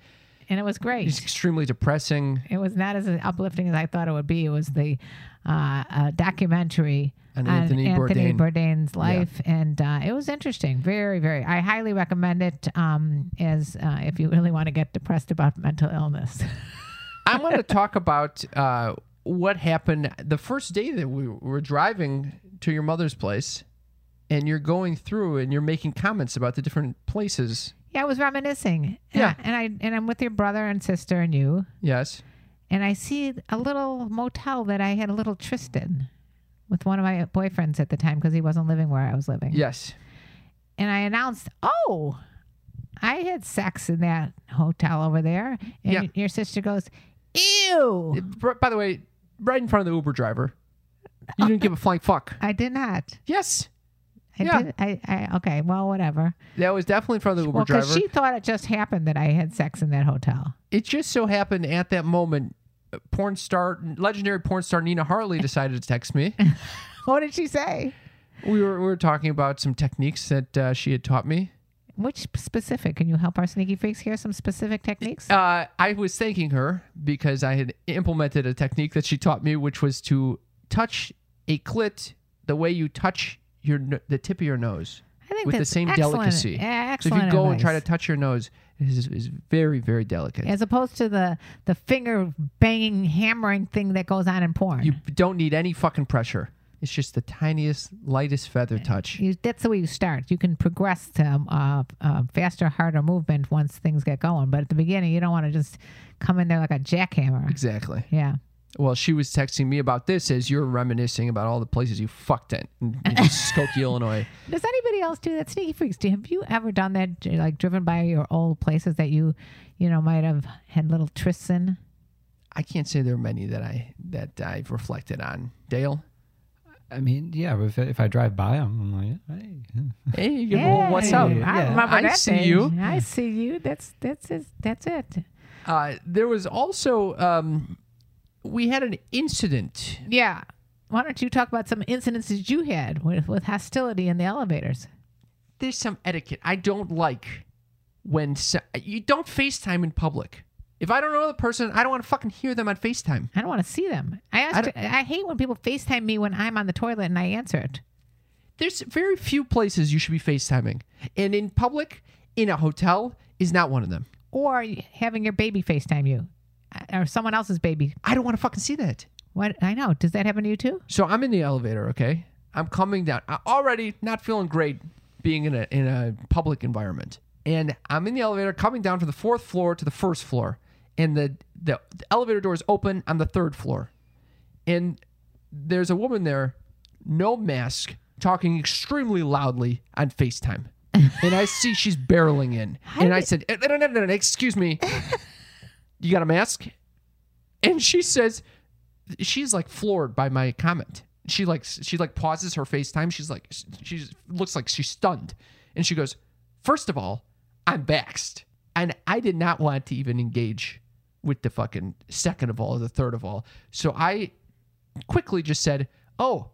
S1: and it was great.
S2: it's extremely depressing
S1: It was not as uplifting as I thought it would be. It was the uh, uh, documentary
S2: On
S1: on
S2: Anthony
S1: Anthony,
S2: Bourdain.
S1: Bourdain's life, and uh, it was interesting. Very, very. I highly recommend it um, as uh, if you really want to get depressed about mental illness.
S2: i want to talk about uh, what happened the first day that we were driving to your mother's place and you're going through and you're making comments about the different places
S1: yeah, I was reminiscing. And
S2: Yeah.
S1: I- and I and I'm with your brother and sister and you,
S2: yes
S1: and I see a little motel that I had a little tryst in with one of my boyfriends at the time because he wasn't living where I was living.
S2: yes
S1: and I announced, "Oh, I had sex in that hotel over there." And
S2: Yeah.
S1: your sister goes, "Ew."
S2: B- by the way right in front of the uber driver you didn't give a flying fuck
S1: I did not.
S2: yes
S1: I
S2: Yeah.
S1: did. I, I okay. Well, whatever.
S2: that was definitely in front of the uber
S1: Well, because
S2: driver
S1: she thought it just happened that I had sex in that hotel.
S2: it just so happened at that moment uh, porn star legendary porn star nina hartley decided to text me
S1: What did she say?
S2: we were, we were talking about some techniques that uh, she had taught me
S1: Which specific? Can you help our sneaky freaks here? Some specific techniques.
S2: uh, i was thanking her because i had implemented a technique that she taught me which was to touch a clit the way you touch your n- the tip of your nose
S1: I think
S2: with the
S1: that's
S2: same
S1: excellent-
S2: delicacy
S1: Yeah,
S2: so if
S1: excellent
S2: you go and try to
S1: advice.
S2: touch your nose it is, is very very delicate
S1: as opposed to the the finger banging, hammering thing that goes on in porn.
S2: you don't need any fucking pressure it's just the tiniest lightest feather touch
S1: you, that's the way you start. You can progress to um, uh, uh, faster, harder movement once things get going. But at the beginning, you don't want to just come in there like a jackhammer.
S2: exactly
S1: Yeah.
S2: Well, she was texting me about this as you're reminiscing about all the places you fucked at in, in Skokie, Illinois.
S1: Does anybody else do that? Sneaky freaks. Do have you ever done that? j- Like driven by your old places that you, you know, might have had little trysts in.
S2: I can't say there are many that I that I've reflected on. Dale,
S4: I mean, yeah, if, if I drive by them, I'm like, hey.
S2: hey, you give a whole what's up?
S1: I
S4: Yeah.
S1: remember
S2: I
S1: that
S2: see
S1: thing.
S2: you.
S1: I see you. That's that's it. That's it.
S2: Uh, there was also um, we had an incident.
S1: Yeah. Why don't you talk about some incidents that you had with, with hostility in the elevators?
S2: There's some etiquette I don't like when so- you don't FaceTime in public. If I don't know the person, I don't want to fucking hear them on FaceTime.
S1: I don't want to see them. I asked. I, hate when people Facetime me when I'm on the toilet and I answer it.
S2: There's very few places you should be FaceTiming, and in public, in a hotel, is not one of them.
S1: Or having your baby Facetime you, or someone else's baby.
S2: I don't want to fucking see that.
S1: What I know. Does that happen to you too?
S2: So I'm in the elevator, okay? I'm coming down. I already not feeling great being in a in a public environment. And I'm in the elevator coming down from the fourth floor to the first floor. And the, the, the elevator door is open on the third floor. And there's a woman there, no mask, talking extremely loudly on FaceTime. and I see she's barreling in. and I said, "Eh, no, no, no, no, excuse me. you got a mask? And she says, she's like floored by my comment. She like she like pauses her FaceTime. She's like she looks like she's stunned, and she goes, first of all, I'm vaxxed, and I did not want to even engage with the fucking second of all, the third of all. So I quickly just said, oh,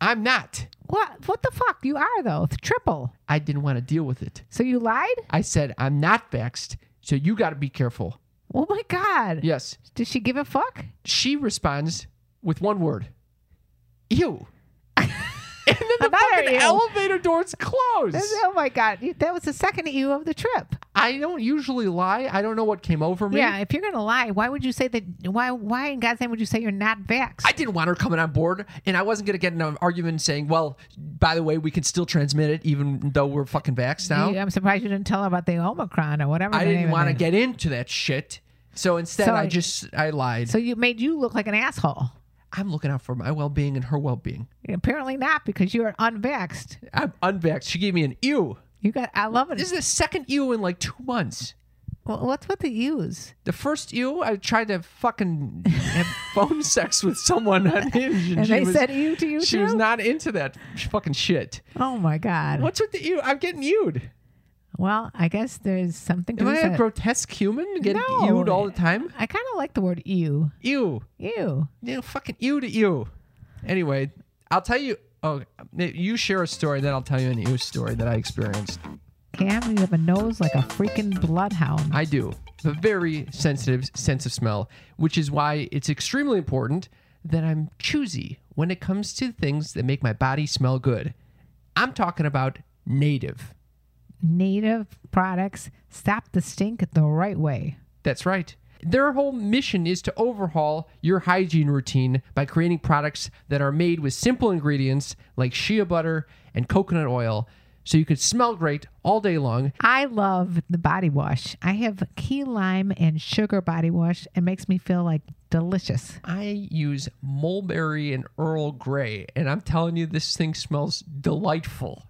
S2: I'm not.
S1: What? What the fuck? You are though. Triple.
S2: I didn't want to deal with it.
S1: So you lied?
S2: I said I'm not vaxxed, so you got to be careful.
S1: Oh my god.
S2: Yes,
S1: Did she give a fuck?
S2: she responds with one word, "Ew." and then the
S1: Another
S2: fucking
S1: ew.
S2: elevator doors close.
S1: Oh my god. You- That was the second you of the trip.
S2: I don't usually lie. I don't know what came over me.
S1: Yeah. If you're gonna lie, why would you say that? Why? Why in God's name would you say you're not vaxxed?
S2: I didn't want her coming on board, and I wasn't going to get in an argument saying, "Well, by the way, we can still transmit it, even though we're fucking vaxxed now."
S1: You- I'm surprised you didn't tell her about the Omicron or whatever.
S2: I
S1: the name
S2: didn't
S1: of
S2: want to
S1: it.
S2: get into that shit, so instead,
S1: So-
S2: I just I lied.
S1: So you made you look like an asshole.
S2: I'm looking out for my well-being and her well-being.
S1: Apparently not, because you are unvaxxed.
S2: I'm unvaxxed. She gave me an ew.
S1: You got. I love it.
S2: This is the second ew in like two months.
S1: Well, what's with the U's?
S2: The first ew, I tried to fucking have phone sex with someone on Hinge, and,
S1: And
S2: she
S1: they
S2: was,
S1: said you to you
S2: she
S1: too.
S2: was not into that fucking shit.
S1: oh my God.
S2: What's with the ew? I'm getting ewed.
S1: Well, I guess there's something. to
S2: Am I
S1: this
S2: a
S1: that-
S2: grotesque human getting
S1: No.
S2: ewed all the time?
S1: I kind of like the word "ew."
S2: Ew.
S1: Ew.
S2: You know, fucking ew to ew. Anyway, I'll tell you. Oh, you share a story, then I'll tell you an ew story that I experienced.
S1: Cam, you have a nose like a freaking bloodhound.
S2: I do. A very sensitive sense of smell, which is why it's extremely important that I'm choosy when it comes to things that make my body smell good. I'm talking about native.
S1: Native products stop the stink the right way.
S2: That's right. Their whole mission is to overhaul your hygiene routine by creating products that are made with simple ingredients like shea butter and coconut oil so you can smell great all day long.
S1: I love the body wash. I have key lime and sugar body wash. It makes me feel like delicious.
S2: I use mulberry and Earl Grey, and I'm telling you, this thing smells delightful.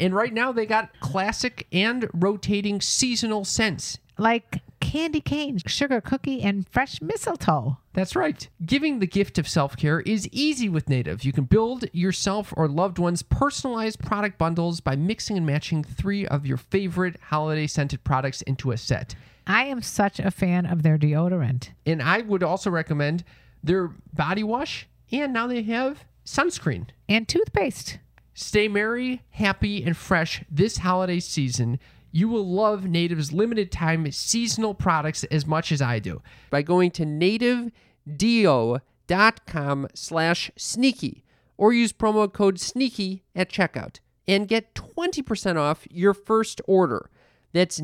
S2: And right now, they got classic and rotating seasonal scents.
S1: Like candy cane, sugar cookie, and fresh mistletoe.
S2: That's right. Giving the gift of self care is easy with Native. You can build yourself or loved ones personalized product bundles by mixing and matching three of your favorite holiday scented products into a set.
S1: I am such a fan of their deodorant.
S2: And I would also recommend their body wash, and now they have sunscreen.
S1: And toothpaste.
S2: Stay merry, happy, and fresh this holiday season. You will love Native's limited time seasonal products as much as I do.
S5: by going to nativedo.com slash sneaky or use promo code sneaky at checkout and get 20% off your first order that's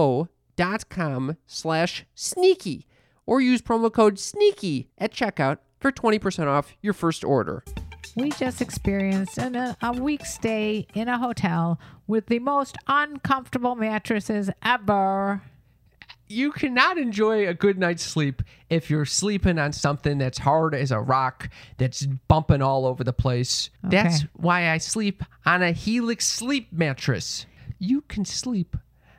S5: nativedeo.com slash sneaky or use promo code sneaky at checkout for 20% off your first order
S1: We just experienced an, a, a week stay in a hotel with the most uncomfortable mattresses ever.
S2: You cannot enjoy a good night's sleep if you're sleeping on something that's hard as a rock, that's bumping all over the place. That's
S1: Okay.
S2: why I sleep on a Helix sleep mattress. You can sleep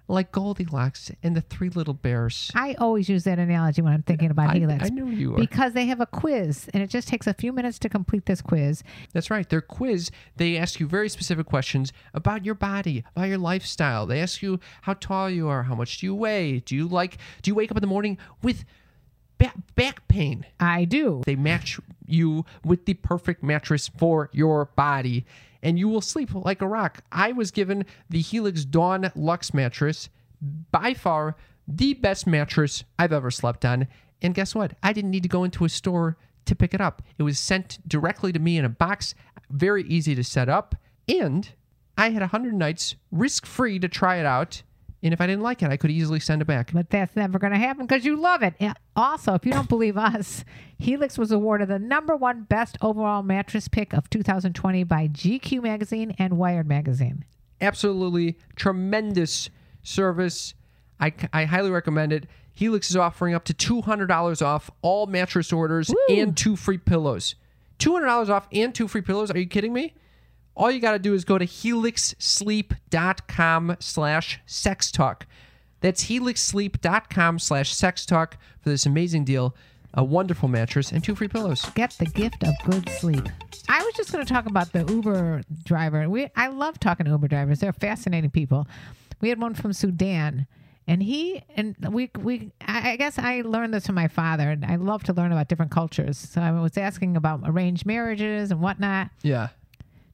S2: like Goldilocks and the Three Little Bears.
S1: I always use that analogy when I'm thinking about
S2: I-
S1: Helix.
S2: I knew you were.
S1: Because they have a quiz, and it just takes a few minutes to complete this quiz.
S2: That's right. Their quiz, they ask you very specific questions about your body, about your lifestyle. They ask you how tall you are, how much do you weigh? Do you like do you wake up in the morning with back, back pain.
S1: I do.
S2: They match you with the perfect mattress for your body, and you will sleep like a rock. I was given the Helix Dawn Lux mattress, by far the best mattress I've ever slept on. And guess what? I didn't need to go into a store to pick it up. It was sent directly to me in a box, very easy to set up, and I had 100 nights risk free to try it out. And if I didn't like it, I could easily send it back.
S1: But that's never going to happen because you love it. And also, if you don't believe us, Helix was awarded the number one best overall mattress pick of 2020 by GQ Magazine and Wired Magazine.
S2: absolutely tremendous service. I, I highly recommend it. Helix is offering up to $200 off all mattress orders and two free pillows. $200 off and two free pillows? Are you kidding me? All you got to do is go to helixsleep.com slash sextalk. That's helixsleep.com slash sextalk for this amazing deal, a wonderful mattress, and two free pillows.
S1: Get the gift of good sleep. I was just going to talk about the Uber driver. We I love talking to Uber drivers. They're fascinating people. We had one from Sudan, and he and we we I I guess I learned this from my father, and I love to learn about different cultures. So I was asking about arranged marriages and whatnot.
S2: Yeah.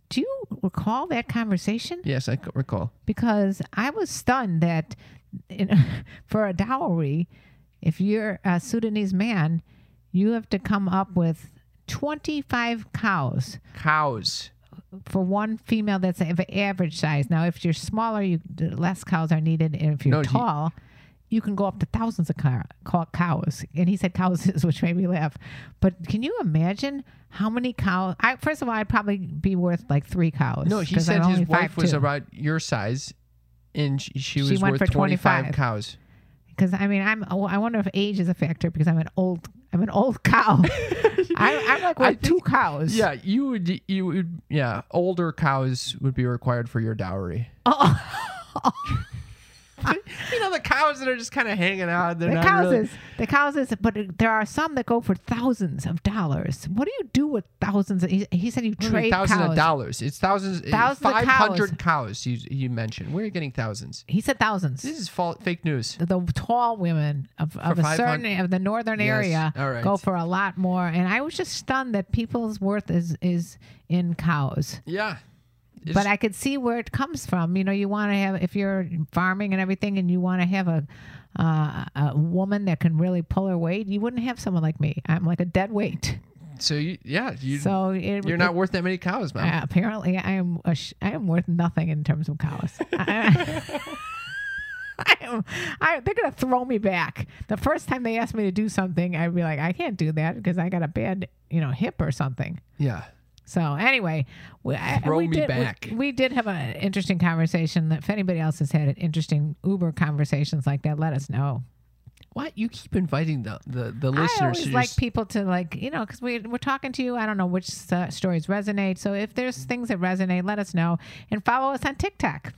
S1: Do you recall that conversation?
S2: Yes, I c- recall.
S1: because I was stunned that in, for a dowry, if you're a Sudanese man, you have to come up with 25 cows
S2: Cows.
S1: for one female that's of average size. Now, if you're smaller, you less cows are needed, and if you're
S2: No, you-
S1: tall, you can go up to thousands of cow, cow, cows. And he said cows, which made me laugh. But can you imagine how many cows? I, first of all, I'd probably be worth like three cows.
S2: No, he
S1: 'cause I'm
S2: said
S1: only
S2: his wife was
S1: 5'2".
S2: about your size, and she, she was
S1: She went for
S2: worth 25.
S1: 25.
S2: cows.
S1: because I mean I'm oh, I wonder if age is a factor because I'm an old I'm an old cow. I, I'm like with two cows.
S2: Yeah, you would. You would. Yeah, older cows would be required for your dowry. you know the cows that are just kind of hanging out. They're
S1: The
S2: not
S1: cows
S2: really-
S1: is the cows is, but there are some that go for thousands of dollars. What do you do with thousands? Of, he, he said you
S2: What do you mean
S1: trade
S2: thousands
S1: cows.
S2: of dollars. It's thousands.
S1: Thousands of cows.
S2: Five hundred cows. You you mentioned. Where are you getting thousands?
S1: He said thousands.
S2: This is fal- fake news.
S1: the tall women of, of
S2: For
S1: a
S2: 500
S1: certain of the northern
S2: Yes,
S1: area
S2: all right.
S1: go for a lot more. And I was just stunned that people's worth is is in cows.
S2: Yeah. It's-
S1: but I could see where it comes from. You know, you want to have if you're farming and everything, and you want to have a uh, a woman that can really pull her weight. You wouldn't have someone like me. I'm like a dead weight.
S2: so you, yeah you
S1: So it,
S2: you're not worth that many cows, man.
S1: uh, apparently, I am a sh- I am worth nothing in terms of cows. I, I am, I, they're gonna throw me back. The first time they asked me to do something, I'd be like, I can't do that because I got a bad, you know, hip or something.
S2: yeah.
S1: So anyway, we, I-
S2: Throw
S1: we
S2: me
S1: did, we-
S2: back.
S1: We, did have an interesting conversation. That if anybody else has had an interesting Uber conversations like that, let us know.
S2: What you keep inviting the the, the
S1: I
S2: listeners
S1: always
S2: to
S1: like
S2: just-
S1: people to like you know because we we're talking to you. I don't know which uh, stories resonate. So if there's things that resonate, let us know and follow us on TikTok.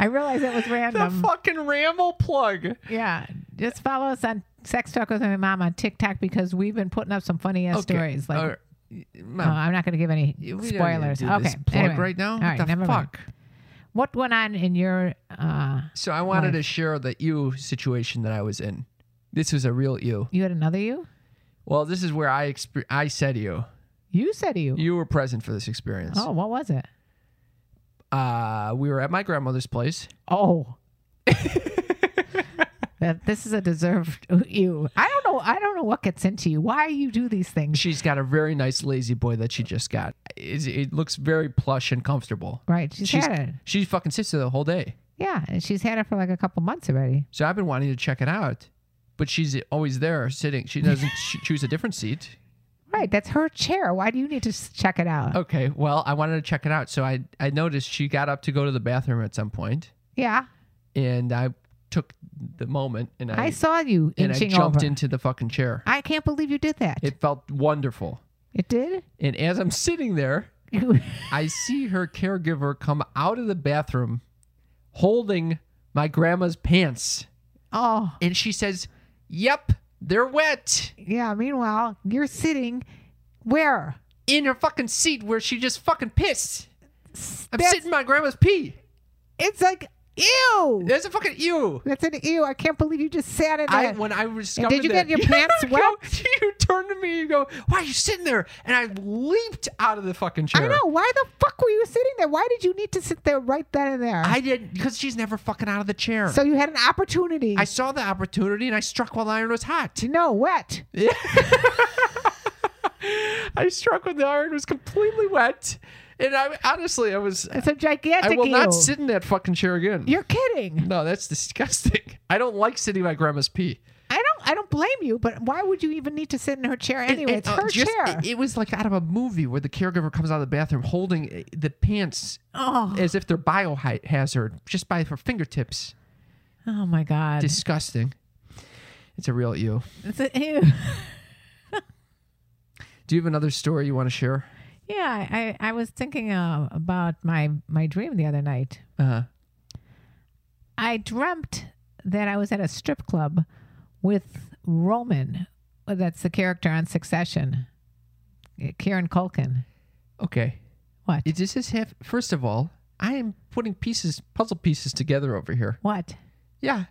S1: I realize it was random.
S2: fucking ramble plug.
S1: yeah, just follow us on Sex Talk with My Mom on TikTok because we've been putting up some funny ass stories. Like,
S2: All right.
S1: oh,
S2: Mom,
S1: I'm not going to give any
S2: we don't need to
S1: spoilers.
S2: do
S1: Okay,
S2: this plug
S1: anyway.
S2: right now.
S1: All
S2: What
S1: right,
S2: the
S1: never mind.
S2: fuck?
S1: What went on in your uh
S2: So I wanted to share the you situation that I was in. This was a real you.
S1: you had another you?
S2: Well, this is where I exper- I said you.
S1: You said you.
S2: You were present for this experience.
S1: Oh, what was it?
S2: Uh, we were at my grandmother's place.
S1: Oh. that this is a deserved you. I don't know I don't know what gets into you. Why you do these things.
S2: She's got a very nice lazy boy that she just got. It, it looks very plush and comfortable.
S1: Right. She's,
S2: She's,
S1: had it.
S2: she fucking sits there the whole day.
S1: Yeah. And she's had it for like a couple months already.
S2: So I've been wanting to check it out, but she's always there sitting. She doesn't ch- choose a different seat.
S1: Right. That's her chair. Why do you need to s- check it out?
S2: Okay, well, I wanted to check it out, so I I noticed she got up to go to the bathroom at some point,
S1: Yeah.
S2: and I took the moment and I,
S1: I, saw you
S2: and I
S1: inching
S2: jumped
S1: over.
S2: into the fucking chair.
S1: I can't believe you did that. It,
S2: It felt wonderful.
S1: did?
S2: And as I'm sitting there, I see her caregiver come out of the bathroom holding my grandma's pants,
S1: oh.
S2: and she says, "Yep, they're wet."
S1: Yeah, meanwhile, you're sitting where?
S2: in her fucking seat where she just fucking pissed. I'm
S1: That's-
S2: sitting in my grandma's pee.
S1: It's like Ew.
S2: There's a fucking ew.
S1: That's an ew. I can't believe you just sat in it.
S2: I, when I discovered
S1: did you
S2: that,
S1: get your pants
S2: you
S1: wet?
S2: go- You turned to me and you go, "Why are you sitting there?" And I leaped out of the fucking chair.
S1: I know. Why the fuck were you sitting there? Why did you need to sit there right then and there?
S2: I did because she's never fucking out of the chair.
S1: so you had an opportunity.
S2: I saw the opportunity and I struck while the iron was hot.
S1: no, wet.
S2: I struck when the iron was completely wet, and I honestly I was
S1: It's a gigantic
S2: I will
S1: ew.
S2: not sit in that fucking chair again.
S1: You're kidding.
S2: no, that's disgusting. I don't like sitting by grandma's pee.
S1: I don't. I don't blame you. But why would you even need to sit in her chair anyway?
S2: And,
S1: it's
S2: uh,
S1: her
S2: just-
S1: chair.
S2: It, it was like out of a movie where the caregiver comes out of the bathroom holding uh, the pants
S1: oh.
S2: as if they're biohazard just by her fingertips.
S1: Oh my god.
S2: Disgusting. It's a real you.
S1: It's a- ew.
S2: Do you have another story you want to share?
S1: Yeah, I, I I was thinking uh, about my my dream the other night.
S2: Uh,
S1: I dreamt that I was at a strip club with Roman. That's the character on Succession, Kieran Culkin.
S2: okay.
S1: What?
S2: It just is half. First of all, I am putting pieces, puzzle pieces together over here.
S1: what?
S2: Yeah.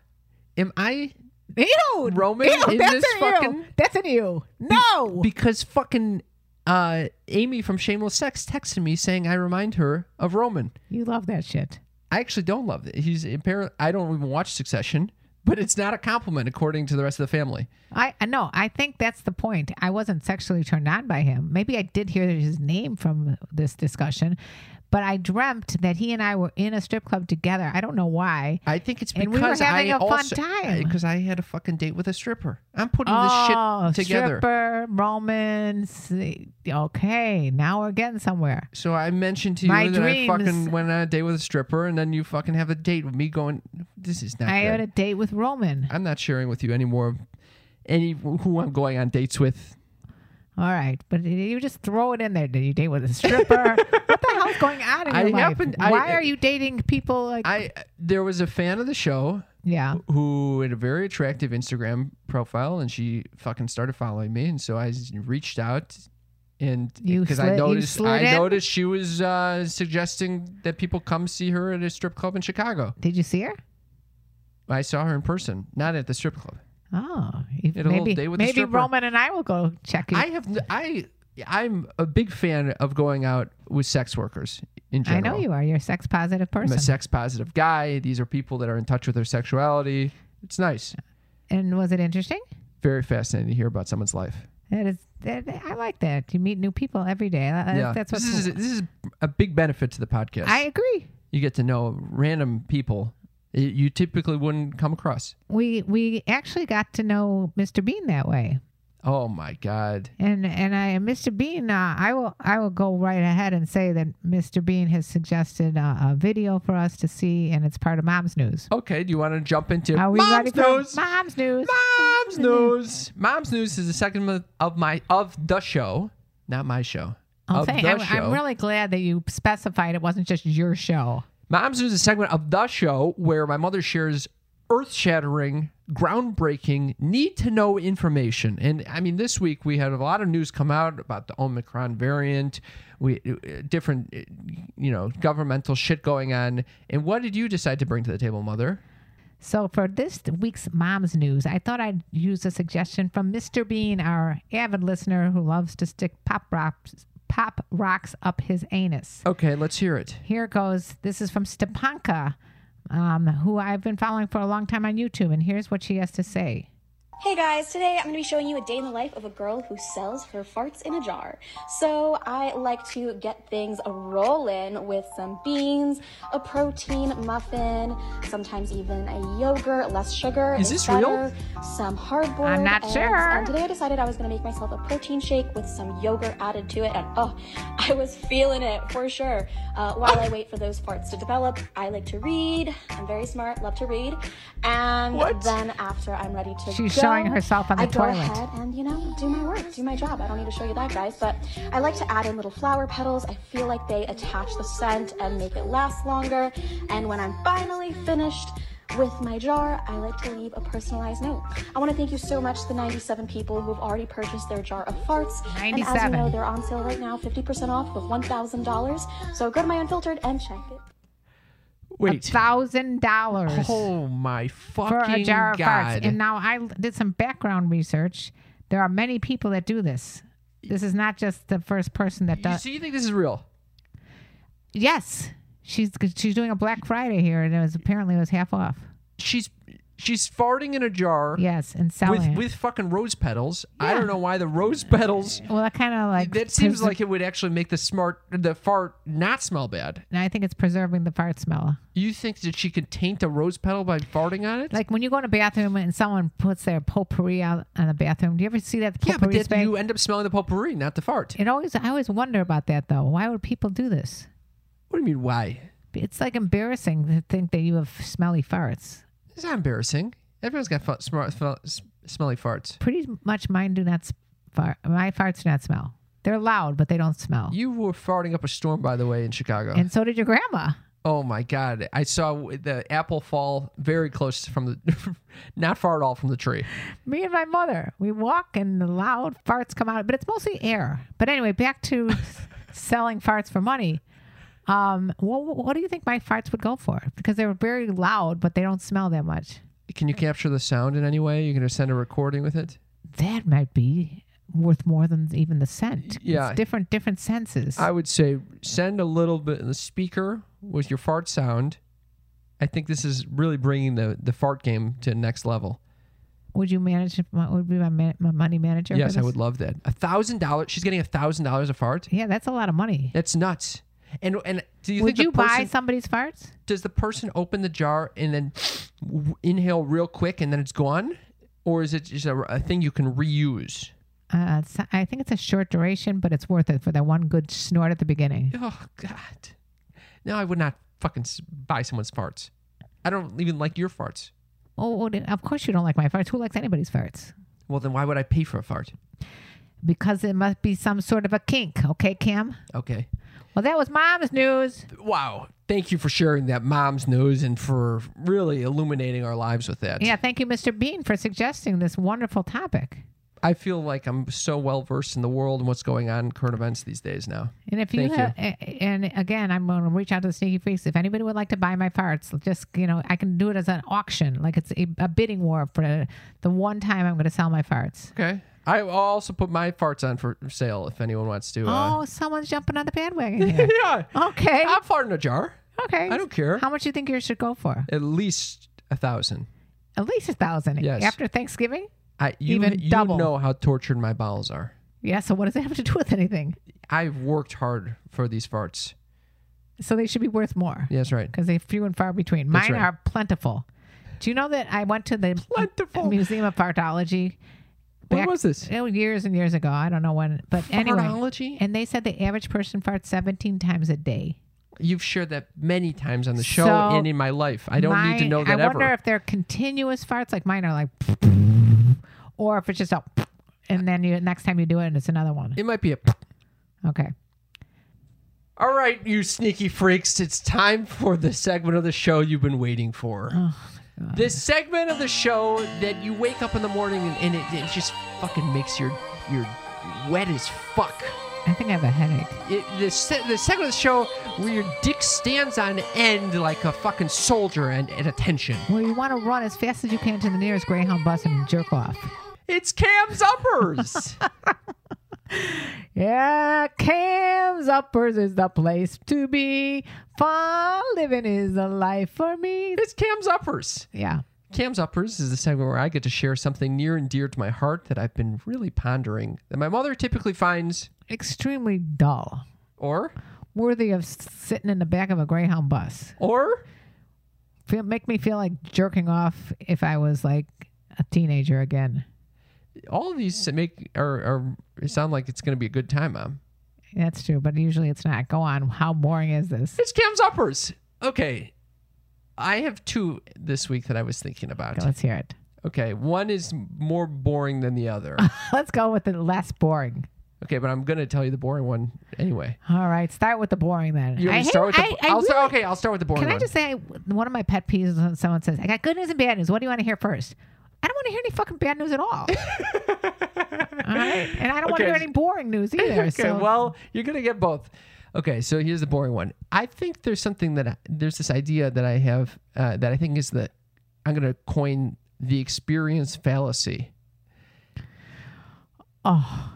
S2: Am I?
S1: Ew!
S2: Roman
S1: ew,
S2: in
S1: that's
S2: this
S1: an
S2: fucking-
S1: ew. That's an ew. No.
S2: Because fucking uh, Amy from Shameless Sex texted me saying I remind her of Roman.
S1: you love that shit.
S2: I actually don't love it. He's apparently I don't even watch Succession, but it's not a compliment according to the rest of the family.
S1: I I know. I think that's the point. I wasn't sexually turned on by him. Maybe I did hear his name from this discussion, but I dreamt that he and I were in a strip club together. I don't know why.
S2: I think it's
S1: And we were
S2: because
S1: having
S2: I
S1: a fun
S2: also
S1: time.
S2: because I had a fucking date with a stripper. I'm putting
S1: oh,
S2: this shit together.
S1: stripper, Romans. Okay, now we're getting somewhere.
S2: So I mentioned to you
S1: My
S2: that
S1: dreams-
S2: I fucking went on a date with a stripper, and then you fucking have a date with me going. This is not.
S1: I
S2: good.
S1: had a date with Roman.
S2: I'm not sharing with you anymore. Any who I'm going on dates with.
S1: All right, but you just throw it in there. Did you date with a stripper? what the hell's going on in
S2: I
S1: your life?
S2: happened- I-
S1: Why are you dating people like?
S2: I there was a fan of the show
S1: yeah.
S2: who had a very attractive Instagram profile, and she fucking started following me, and so I s- reached out, and
S1: You
S2: because
S1: slid-
S2: I
S1: you
S2: noticed,
S1: slid
S2: I
S1: in?
S2: noticed she was uh, suggesting that people come see her at a strip club in Chicago.
S1: Did you see her?
S2: I saw her in person, not at the strip club.
S1: Oh, if
S2: Had a little
S1: maybe
S2: date with the
S1: maybe
S2: stripper.
S1: Roman and I will go check you.
S2: I have n- I I'm a big fan of going out with sex workers in
S1: I
S2: general.
S1: know you are. You're a sex positive
S2: I'm
S1: person.
S2: a sex positive guy. These are people that are in touch with their sexuality. It's nice.
S1: and was it interesting?
S2: Very fascinating to hear about someone's life.
S1: That is, that, I like that. You meet new people every day. That- That's what's.
S2: this is. This is a big benefit to the podcast.
S1: I agree.
S2: you get to know random people y- you typically wouldn't come across.
S1: We we actually got to know Mr. Bean that way,
S2: Oh my god!
S1: and and I and Mr. Bean. Uh, I will I will go right ahead and say that Mr. Bean has suggested uh, a video for us to see, and it's part of Mom's News.
S2: Okay, do you want to jump into
S1: Are we ready
S2: mom's
S1: for
S2: news?
S1: Mom's News?
S2: Mom's news. Mom's news is the second of- of my of the show, not my show.
S1: I'm,
S2: of
S1: saying-
S2: the
S1: Oh, I'm-
S2: show.
S1: I'm really glad that you specified it wasn't just your show.
S2: Mom's News is a segment of the show where my mother shares earth shattering, groundbreaking, need to know information. And I mean, this week we had a lot of news come out about the Omicron variant, we uh, different, uh, you know, governmental shit going on. And what did you decide to bring to the table, mother?
S1: So for this week's mom's news, I thought I'd use a suggestion from Mr. Bean, our avid listener who loves to stick pop rocks pop rocks up his anus.
S2: Okay, let's hear it.
S1: Here goes. This is from Stepanka, um, who I've been following for a long time on YouTube, and here's what she has to say.
S6: Hey guys, today I'm going to be showing you a day in the life of a girl who sells her farts in a jar. So I like to get things rolling with some beans, a protein muffin, sometimes even a yogurt, less sugar.
S2: Is
S6: is
S2: this real?
S6: better, Some hard boiled.
S1: I'm not sure.
S6: And today I decided I was going to make myself a protein shake with some yogurt added to it, and oh, I was feeling it for sure. Uh, while I wait for those farts to develop, I like to read. I'm very smart, love to read, and
S2: What?
S6: then after I'm ready to
S1: She's
S6: go,
S1: showing herself on the
S6: I go
S1: toilet.
S6: ahead and you know do my work, do my job. I don't need to show you that, guys. But I like to add in little flower petals. I feel like they attach the scent and make it last longer. And when I'm finally finished with my jar, I like to leave a personalized note. I want to thank you so much to the 97 people who've already purchased their jar of farts. And as you
S1: 97.
S6: know, they're on sale right now, 50% off with $1,000. So go to my unfiltered and check it.
S1: a
S2: Wait.
S1: thousand dollars
S2: Oh my fucking
S1: for a jar of
S2: god!
S1: farts. And now I l- did some background research. There are many people that do this. This is not just the first person that
S2: you,
S1: does.
S2: so you think this is real?
S1: Yes, she's she's doing a Black Friday here, and it was apparently it was half off.
S2: She's she's farting in a jar
S1: Yes, and selling
S2: with
S1: it.
S2: with fucking rose petals. I
S1: Yeah.
S2: don't know why the rose petals.
S1: well, that kind of like
S2: That seems
S1: pres-
S2: like it would actually make the smart the fart not smell bad.
S1: And I think it's preserving the fart smell.
S2: You think that she could taint a rose petal by farting on it?
S1: Like when you go in a bathroom and someone puts their potpourri out on the bathroom. Do you ever see that?
S2: yeah, but
S1: potpourri
S2: then
S1: spray?
S2: you end up smelling the potpourri, not the fart.
S1: It always I always wonder about that though. Why would people do this?
S2: What do you mean? Why?
S1: It's like embarrassing to think that you have smelly farts.
S2: It's not embarrassing. Everyone's got fu- smart, fu- s- smelly farts.
S1: Pretty much mine do not s- fart. My farts do not smell. They're loud, but they don't smell.
S2: You were farting up a storm, by the way, in Chicago.
S1: and so did your grandma.
S2: oh my God! I saw w- the apple fall very close from the, not far at all from the tree.
S1: Me and my mother, we walk and the loud farts come out, but it's mostly air. But anyway, back to selling farts for money. Um, what, what do you think my farts would go for? Because they were very loud, but they don't smell that much.
S2: Can you capture the sound in any way? You're gonna send a recording with it.
S1: That might be worth more than even the scent.
S2: Yeah.
S1: It's different different senses.
S2: I would say send a little bit in the speaker with your fart sound. I think this is really bringing the, the fart game to the next level.
S1: would you manage? My, would be my man, my money manager? for
S2: yes, I
S1: this?
S2: would love that. A thousand dollars. She's getting a thousand dollars a fart.
S1: Yeah, that's a lot of money.
S2: That's nuts. And and do you
S1: would
S2: think
S1: you
S2: the person,
S1: buy somebody's farts?
S2: does the person open the jar and then inhale real quick and then it's gone, or is it just a, a thing you can reuse?
S1: Uh, it's- I think it's a short duration, but it's worth it for that one good snort at the beginning.
S2: Oh God! No, I would not fucking s- buy someone's farts. I don't even like your farts.
S1: Oh, oh, of course you don't like my farts. Who likes anybody's farts?
S2: Well, then why would I pay for a fart?
S1: Because it must be some sort of a kink. Okay, Cam?
S2: Okay.
S1: Well, that was mom's news.
S2: Wow. Thank you for sharing that mom's news and for really illuminating our lives with that.
S1: Yeah, thank you, Mr. Bean, for suggesting this wonderful topic.
S2: I feel like I'm so well versed in the world and what's going on in current events these days now.
S1: And if you,
S2: Thank
S1: have, a- and again, I'm going to reach out to the Sneaky Freaks. If anybody would like to buy my farts, just, you know, I can do it as an auction. Like it's a, a bidding war for the one time I'm going to sell my farts.
S2: Okay. I will also put my farts on for sale if anyone wants to. Uh,
S1: Oh, someone's jumping on the bandwagon here.
S2: yeah.
S1: Okay.
S2: I'm farting a jar.
S1: Okay.
S2: I don't care.
S1: How much do you think yours should go for?
S2: At least a thousand.
S1: At least a thousand.
S2: Yes.
S1: After Thanksgiving?
S2: I you,
S1: Even
S2: you
S1: double.
S2: know how tortured my bowels are.
S1: Yeah, so what does that have to do with anything?
S2: I've worked hard for these farts.
S1: So they should be worth more
S2: Yes, right.
S1: because they're few and far between. Mine
S2: right.
S1: are plentiful. Do you know that I went to the
S2: Plentiful.
S1: Museum of Fartology?
S2: When was this?
S1: Oh, years and years ago. I don't know when, but
S2: Fartology?
S1: anyway. And they said the average person farts 17 times a day.
S2: You've shared that many times on the show
S1: So,
S2: and in my life. I don't need to
S1: Mine-
S2: know that
S1: I wonder
S2: ever.
S1: if they're continuous farts like mine are like, or if it's just a, and then you next time you do it and it's another one.
S2: it might be a
S1: Okay.
S2: All right, you sneaky freaks, it's time for the segment of the show you've been waiting for.
S1: Oh,
S2: this segment of the show that you wake up in the morning and, and it, it just fucking makes your your wet as fuck.
S1: I think I have a headache.
S2: It, the, se- the segment of the show where your dick stands on end like a fucking soldier and at attention.
S1: Well, you want to run as fast as you can to the nearest Greyhound bus and jerk off.
S2: It's Cam's uppers.
S1: Yeah, Cam's Uppers is the place to be. Fun living is the life for me.
S2: it's Cam's uppers.
S1: Yeah.
S2: Cam's Uppers is the segment where I get to share something near and dear to my heart that I've been really pondering that my mother typically finds
S1: Extremely dull.
S2: or
S1: Worthy of s- sitting in the back of a Greyhound bus.
S2: or
S1: Feel, make me feel like jerking off if I was like a teenager again.
S2: all of these make or, or sound like it's going to be a good time, Mom.
S1: That's true, but usually it's not. Go on. How boring is this?
S2: It's Cam's Uppers. Okay, I have two this week that I was thinking about.
S1: Okay, let's hear it.
S2: Okay, one is more boring than the other.
S1: Let's go with the less boring.
S2: okay, but I'm going to tell you the boring one anyway.
S1: All right, start with the boring then.
S2: You
S1: I
S2: want me to
S1: hate-
S2: start with the?
S1: I- I
S2: will
S1: really-
S2: start. Okay, I'll start with the boring
S1: Can
S2: one.
S1: I just say one of my pet peeves is when someone says, "I got good news and bad news. What do you want to hear first? I don't want to hear any fucking bad news at all. all right, and I don't want to
S2: Okay.
S1: hear any boring news either.
S2: okay,
S1: so
S2: well, you're going to get both. Okay, so here's the boring one. I think there's something that I, there's this idea that I have uh, that I think is the I'm going to coin the experience fallacy.
S1: Oh,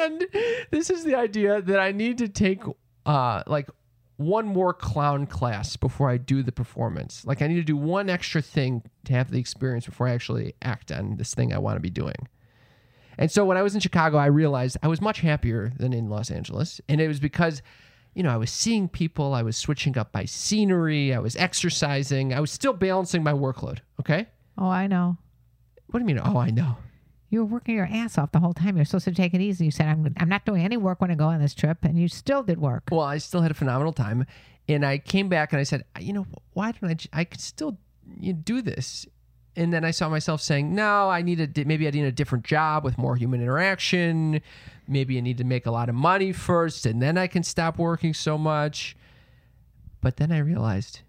S2: and this is the idea that I need to take uh like one more clown class before I do the performance. Like I need to do one extra thing to have the experience before I actually act on this thing I want to be doing. And so when I was in Chicago, I realized I was much happier than in Los Angeles, and it was because you know, I was seeing people, I was switching up my scenery, I was exercising, I was still balancing my workload, okay?
S1: oh, I know.
S2: What do you mean, oh, I know?
S1: You were working your ass off the whole time. You're supposed to take it easy. You said, "I'm I'm not doing any work when I go on this trip," and you still did work.
S2: Well, I still had a phenomenal time, and I came back and I said, you know, why don't I? j- I could still you know, do this. And then I saw myself saying, no, I need a di- maybe I need a different job with more human interaction. Maybe I need to make a lot of money first, and then I can stop working so much. But then I realized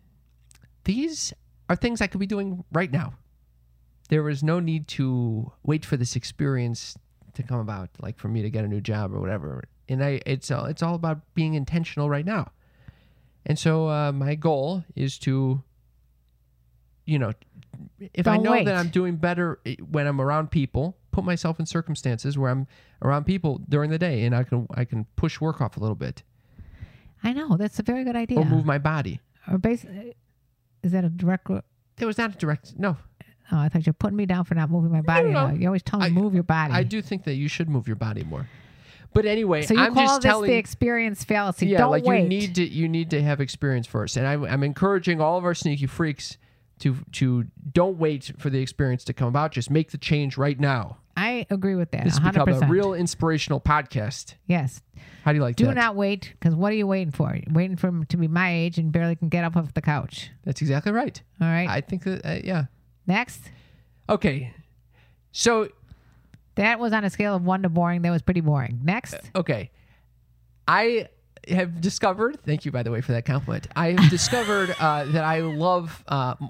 S2: these are things I could be doing right now. There was no need to wait for this experience to come about, like for me to get a new job or whatever. And I, it's all, it's all about being intentional right now. And so uh, my goal is to, you know, if I
S1: Don't
S2: know
S1: wait.
S2: that I'm doing better eh, when I'm around people, put myself in circumstances where I'm around people during the day, and I can I can push work off a little bit
S1: I know. That's a very good idea.
S2: or move my body.
S1: Or basically, is that a direct? re-
S2: There was not a direct no.
S1: Oh, I thought you were putting me down for not moving my body.
S2: no, no.
S1: enough. You always tell me
S2: I-
S1: move your body.
S2: I do think that you should move your body more. But anyway,
S1: So you
S2: I'm
S1: call
S2: just
S1: this
S2: telling
S1: the experience fallacy?
S2: yeah,
S1: Don't
S2: like
S1: wait.
S2: you need to you need to have experience first. And I'm I'm encouraging all of our sneaky freaks to to don't wait for the experience to come about. Just make the change right now.
S1: I agree with that.
S2: This has
S1: 100%.
S2: become a real inspirational podcast.
S1: yes.
S2: How do you like
S1: Do
S2: that?
S1: not wait, because what are you waiting for? You're waiting for him to be my age and barely can get up off the couch.
S2: That's exactly right.
S1: All right.
S2: I think that uh, yeah.
S1: Next,
S2: Okay. So
S1: that was on a scale of one to boring. That was pretty boring.
S2: Uh,
S1: Next,
S2: okay. I have discovered, thank you, by the way, for that compliment. I have discovered uh, that I love uh, m-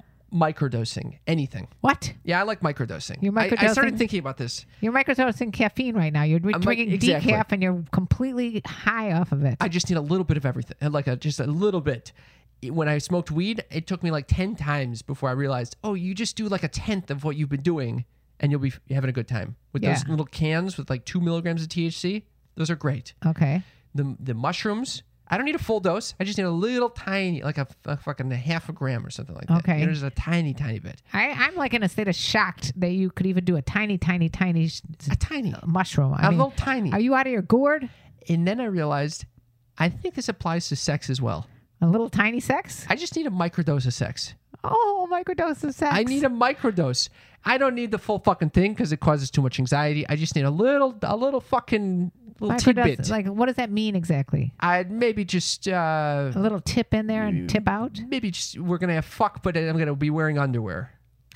S2: microdosing anything.
S1: what?
S2: Yeah, I like microdosing.
S1: You're
S2: I- I, started
S1: microdosing?
S2: thinking about this.
S1: You're microdosing caffeine right now. You're
S2: mic-
S1: drinking
S2: exactly.
S1: decaf and you're completely high off of it.
S2: I just need a little bit of everything, and like a, just a little bit. It- When I smoked weed, it took me like 10 times before I realized, oh, you just do like a tenth of what you've been doing and you'll be f- having a good time. With those
S1: Yeah.
S2: little cans with like two milligrams of THC, those are great.
S1: okay.
S2: the the mushrooms. I don't need a full dose. I just need a little tiny, like a, a fucking half a gram or something like that.
S1: Okay.
S2: You know, just a tiny, tiny bit.
S1: I, I'm like in a state of shocked that you could even do a tiny, tiny, tiny sh-
S2: A tiny,
S1: mushroom. Um, I
S2: a
S1: mean,
S2: little tiny.
S1: are you out of your gourd?
S2: and then I realized, I think this applies to sex as well.
S1: A little tiny sex?
S2: I just need a microdose of sex.
S1: Oh, microdose of sex.
S2: I need a microdose. I don't need the full fucking thing because it causes too much anxiety. I just need a little, a little fucking little
S1: Microdose-
S2: tidbit.
S1: Like, what does that mean exactly?
S2: I'd maybe just, uh,
S1: A little tip in there and tip out?
S2: maybe just we're gonna have fuck, but I'm gonna be wearing underwear.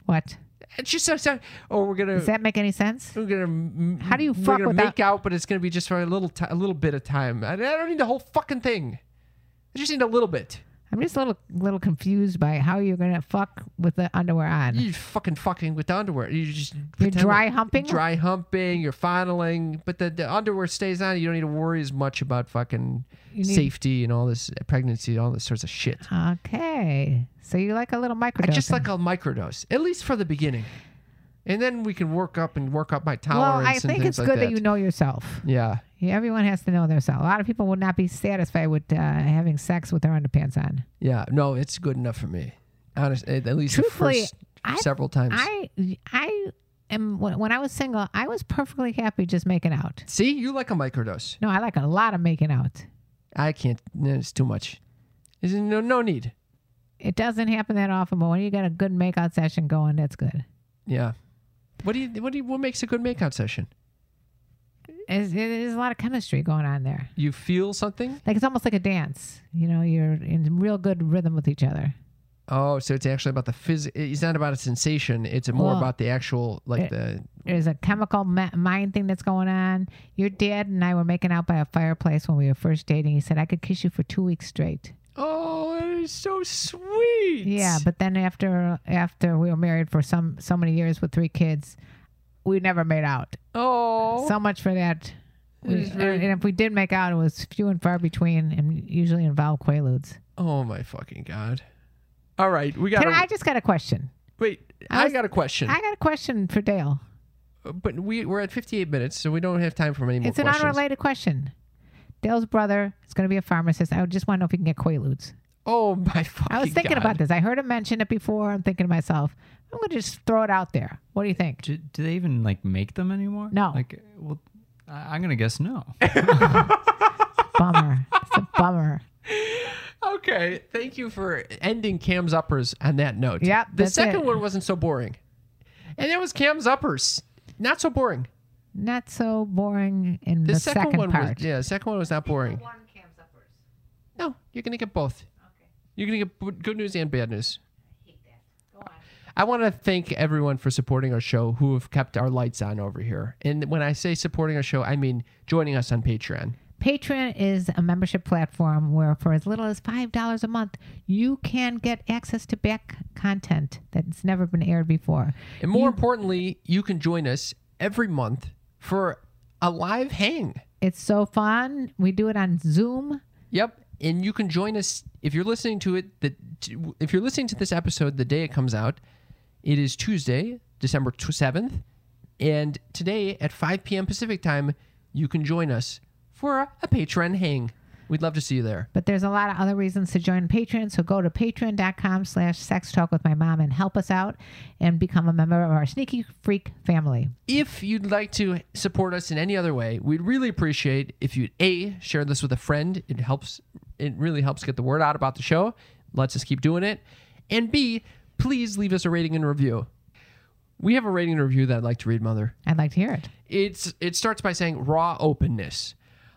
S1: What?
S2: It's just so sad. Or we're gonna
S1: Does that make any sense?
S2: We're gonna. m-
S1: How do you
S2: we're
S1: fuck
S2: gonna
S1: without-
S2: make out, but it's gonna be just for a little, ti- a little bit of time. I, I don't need the whole fucking thing. I just need a little bit.
S1: I'm just a little little confused by how you're gonna fuck with the underwear on.
S2: You fucking fucking with the underwear. You just
S1: You're
S2: pretend
S1: dry
S2: like-
S1: humping?
S2: Dry humping. You're fondling, but the, the underwear stays on. You don't need to worry as much about fucking
S1: You need-
S2: safety and all this pregnancy, all this sorts of shit.
S1: Okay, so you like a little
S2: Mm. I
S1: microdose?
S2: just like a microdose, at least for the beginning, and then we can work up and work up my
S1: Well,
S2: tolerance.
S1: I think
S2: and
S1: it's
S2: things
S1: good
S2: like
S1: that. you know yourself.
S2: Yeah.
S1: Yeah, Everyone has to know themselves. A lot of people would not be satisfied with uh, having sex with their underpants on.
S2: Yeah, no, it's good enough for me. Honestly, at at least the
S1: Truthfully,
S2: first
S1: I-
S2: several times.
S1: I I am when when I was single, I was perfectly happy just making out.
S2: See, you like a microdose.
S1: No, I like a lot of making out.
S2: I can't. no, It's too much. There's no no need.
S1: It doesn't happen that often, but when you got a good makeout session going, that's good.
S2: Yeah. What do you? What do you, What makes a good makeout session?
S1: There's, there's a lot of chemistry going on there.
S2: You feel something.
S1: like it's almost like a dance. You know, you're in real good rhythm with each other.
S2: Oh, so it's actually about the phys. It's not about a sensation. It's more
S1: Well,
S2: about the actual like
S1: it-
S2: the.
S1: There's a chemical ma- mind thing that's going on. Your dad and I were making out by a fireplace when we were first dating. He said I could kiss you for two weeks straight.
S2: Oh, it is so sweet.
S1: Yeah, but then after after we were married for some so many years with three kids, we never made out.
S2: Oh.
S1: So much for that We, and, and if we did make out, it was few and far between, and usually involved quaaludes.
S2: Oh my fucking god! All right, we got.
S1: Can I just got a question?
S2: wait,
S1: I
S2: I,
S1: was-
S2: got a question,
S1: I got a question for Dale.
S2: but we we're at 58 minutes, so we don't have time for many more
S1: It's an
S2: questions.
S1: unrelated question. Dale's brother is going to be a pharmacist. I just want to know if he can get quaaludes.
S2: Oh my fucking!
S1: I was thinking
S2: God.
S1: about this. I heard him mention it before. I'm thinking to myself, I'm going to just throw it out there. What do you think?
S4: Do, do they even like make them anymore?
S1: No.
S4: Like, well, I, I'm gonna guess no.
S1: Bummer. it's a bummer.
S2: Okay, thank you for ending Cam's uppers on that note.
S1: Yep,
S2: the
S1: that's
S2: second
S1: it.
S2: one wasn't so boring, and that was Cam's uppers. Not so boring.
S1: Not so boring in the,
S2: The, second, one
S1: part.
S2: was yeah. The second one was not boring. No, you're gonna get both. You're gonna get b- good news and bad news. I want to thank everyone for supporting our show who have kept our lights on over here. And when I say supporting our show, I mean joining us on Patreon.
S1: Patreon is a membership platform where, for as little as $5 a month, you can get access to back content that's never been aired before.
S2: And more importantly, you can join us every month for a live hang.
S1: It's so fun. We do it on Zoom.
S2: Yep. And you can join us if you're listening to it. The, t- if you're listening to this episode the day it comes out, it is Tuesday, December seventh, and today at 5 p.m. Pacific time, you can join us for a, a Patreon hang. We'd love to see you there.
S1: But there's a lot of other reasons to join Patreon, so go to patreon.com slash sex talk with my mom and help us out and become a member of our sneaky freak family.
S2: If you'd like to support us in any other way, we'd really appreciate if you'd a share this with a friend. It helps. It really helps get the word out about the show. Lets us keep doing it. And b please leave us a rating and review. We have a rating and review that I'd like to read, Mother.
S1: I'd like to hear it.
S2: it's it starts by saying raw openness.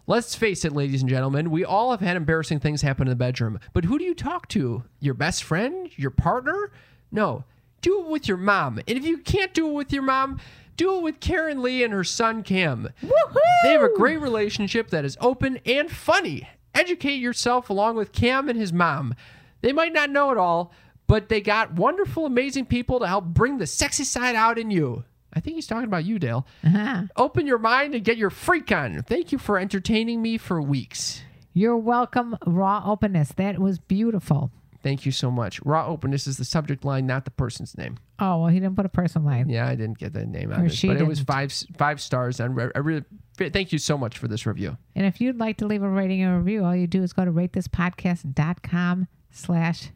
S2: Let's face it, ladies and gentlemen, we all have had embarrassing things happen in the bedroom. But who do you talk to? Your best friend? Your partner? No. Do it with your mom. And if you can't do it with your mom, do it with Karen Lee and her son Cam. They have a great relationship that is open and funny. Educate yourself along with Cam and his mom. They might not know it all, but they got wonderful, amazing people to help bring the sexy side out in you. I think he's talking about you, Dale.
S1: Uh-huh.
S2: Open your mind and get your freak on. Thank you for entertaining me for weeks.
S1: You're welcome, Raw Openness. That was beautiful.
S2: Thank you so much. Raw openness is the subject line, not the person's name.
S1: Oh, well, he didn't put a person line.
S2: Yeah, I didn't get the name out
S1: Or
S2: of it,
S1: she
S2: but it was
S1: didn't.
S2: five five stars. And I really thank you so much for this review.
S1: And if you'd like to leave a rating and review, all you do is go to ratethispodcast.com slash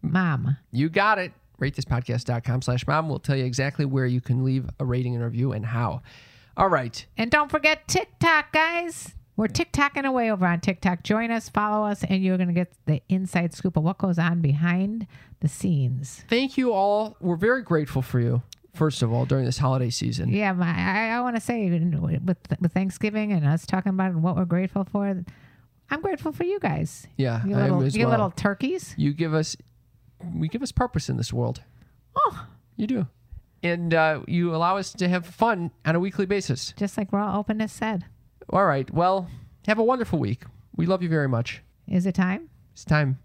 S1: mom.
S2: You got it. Ratethispodcast.com slash mom. We'll tell you exactly where you can leave a rating and review and how. All right.
S1: And don't forget TikTok, guys. We're TikToking away over on TikTok. Join us, follow us, and you're going to get the inside scoop of what goes on behind the scenes.
S2: Thank you all. We're very grateful for you, first of all, during this holiday season.
S1: Yeah, my, I, I want to say with with Thanksgiving and us talking about what we're grateful for, I'm grateful for you guys.
S2: Yeah,
S1: you
S2: I am
S1: little,
S2: as
S1: you
S2: well.
S1: little turkeys.
S2: you give us we give us purpose in this world
S1: Oh.
S2: you do and uh, you allow us to have fun on a weekly basis
S1: Just like Raw Openness said,
S2: all right well have a wonderful week we love you very much
S1: is it time?
S2: it's time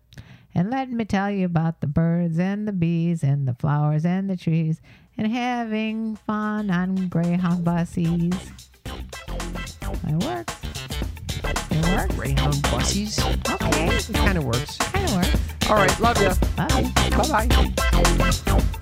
S1: And let me tell you about the birds and the bees and the flowers and the trees and having fun on Greyhound buses. It works. It works.
S2: greyhound buses
S1: Okay.
S2: kind of works
S1: Kind of works.
S2: all right love you
S1: Bye.
S2: bye-bye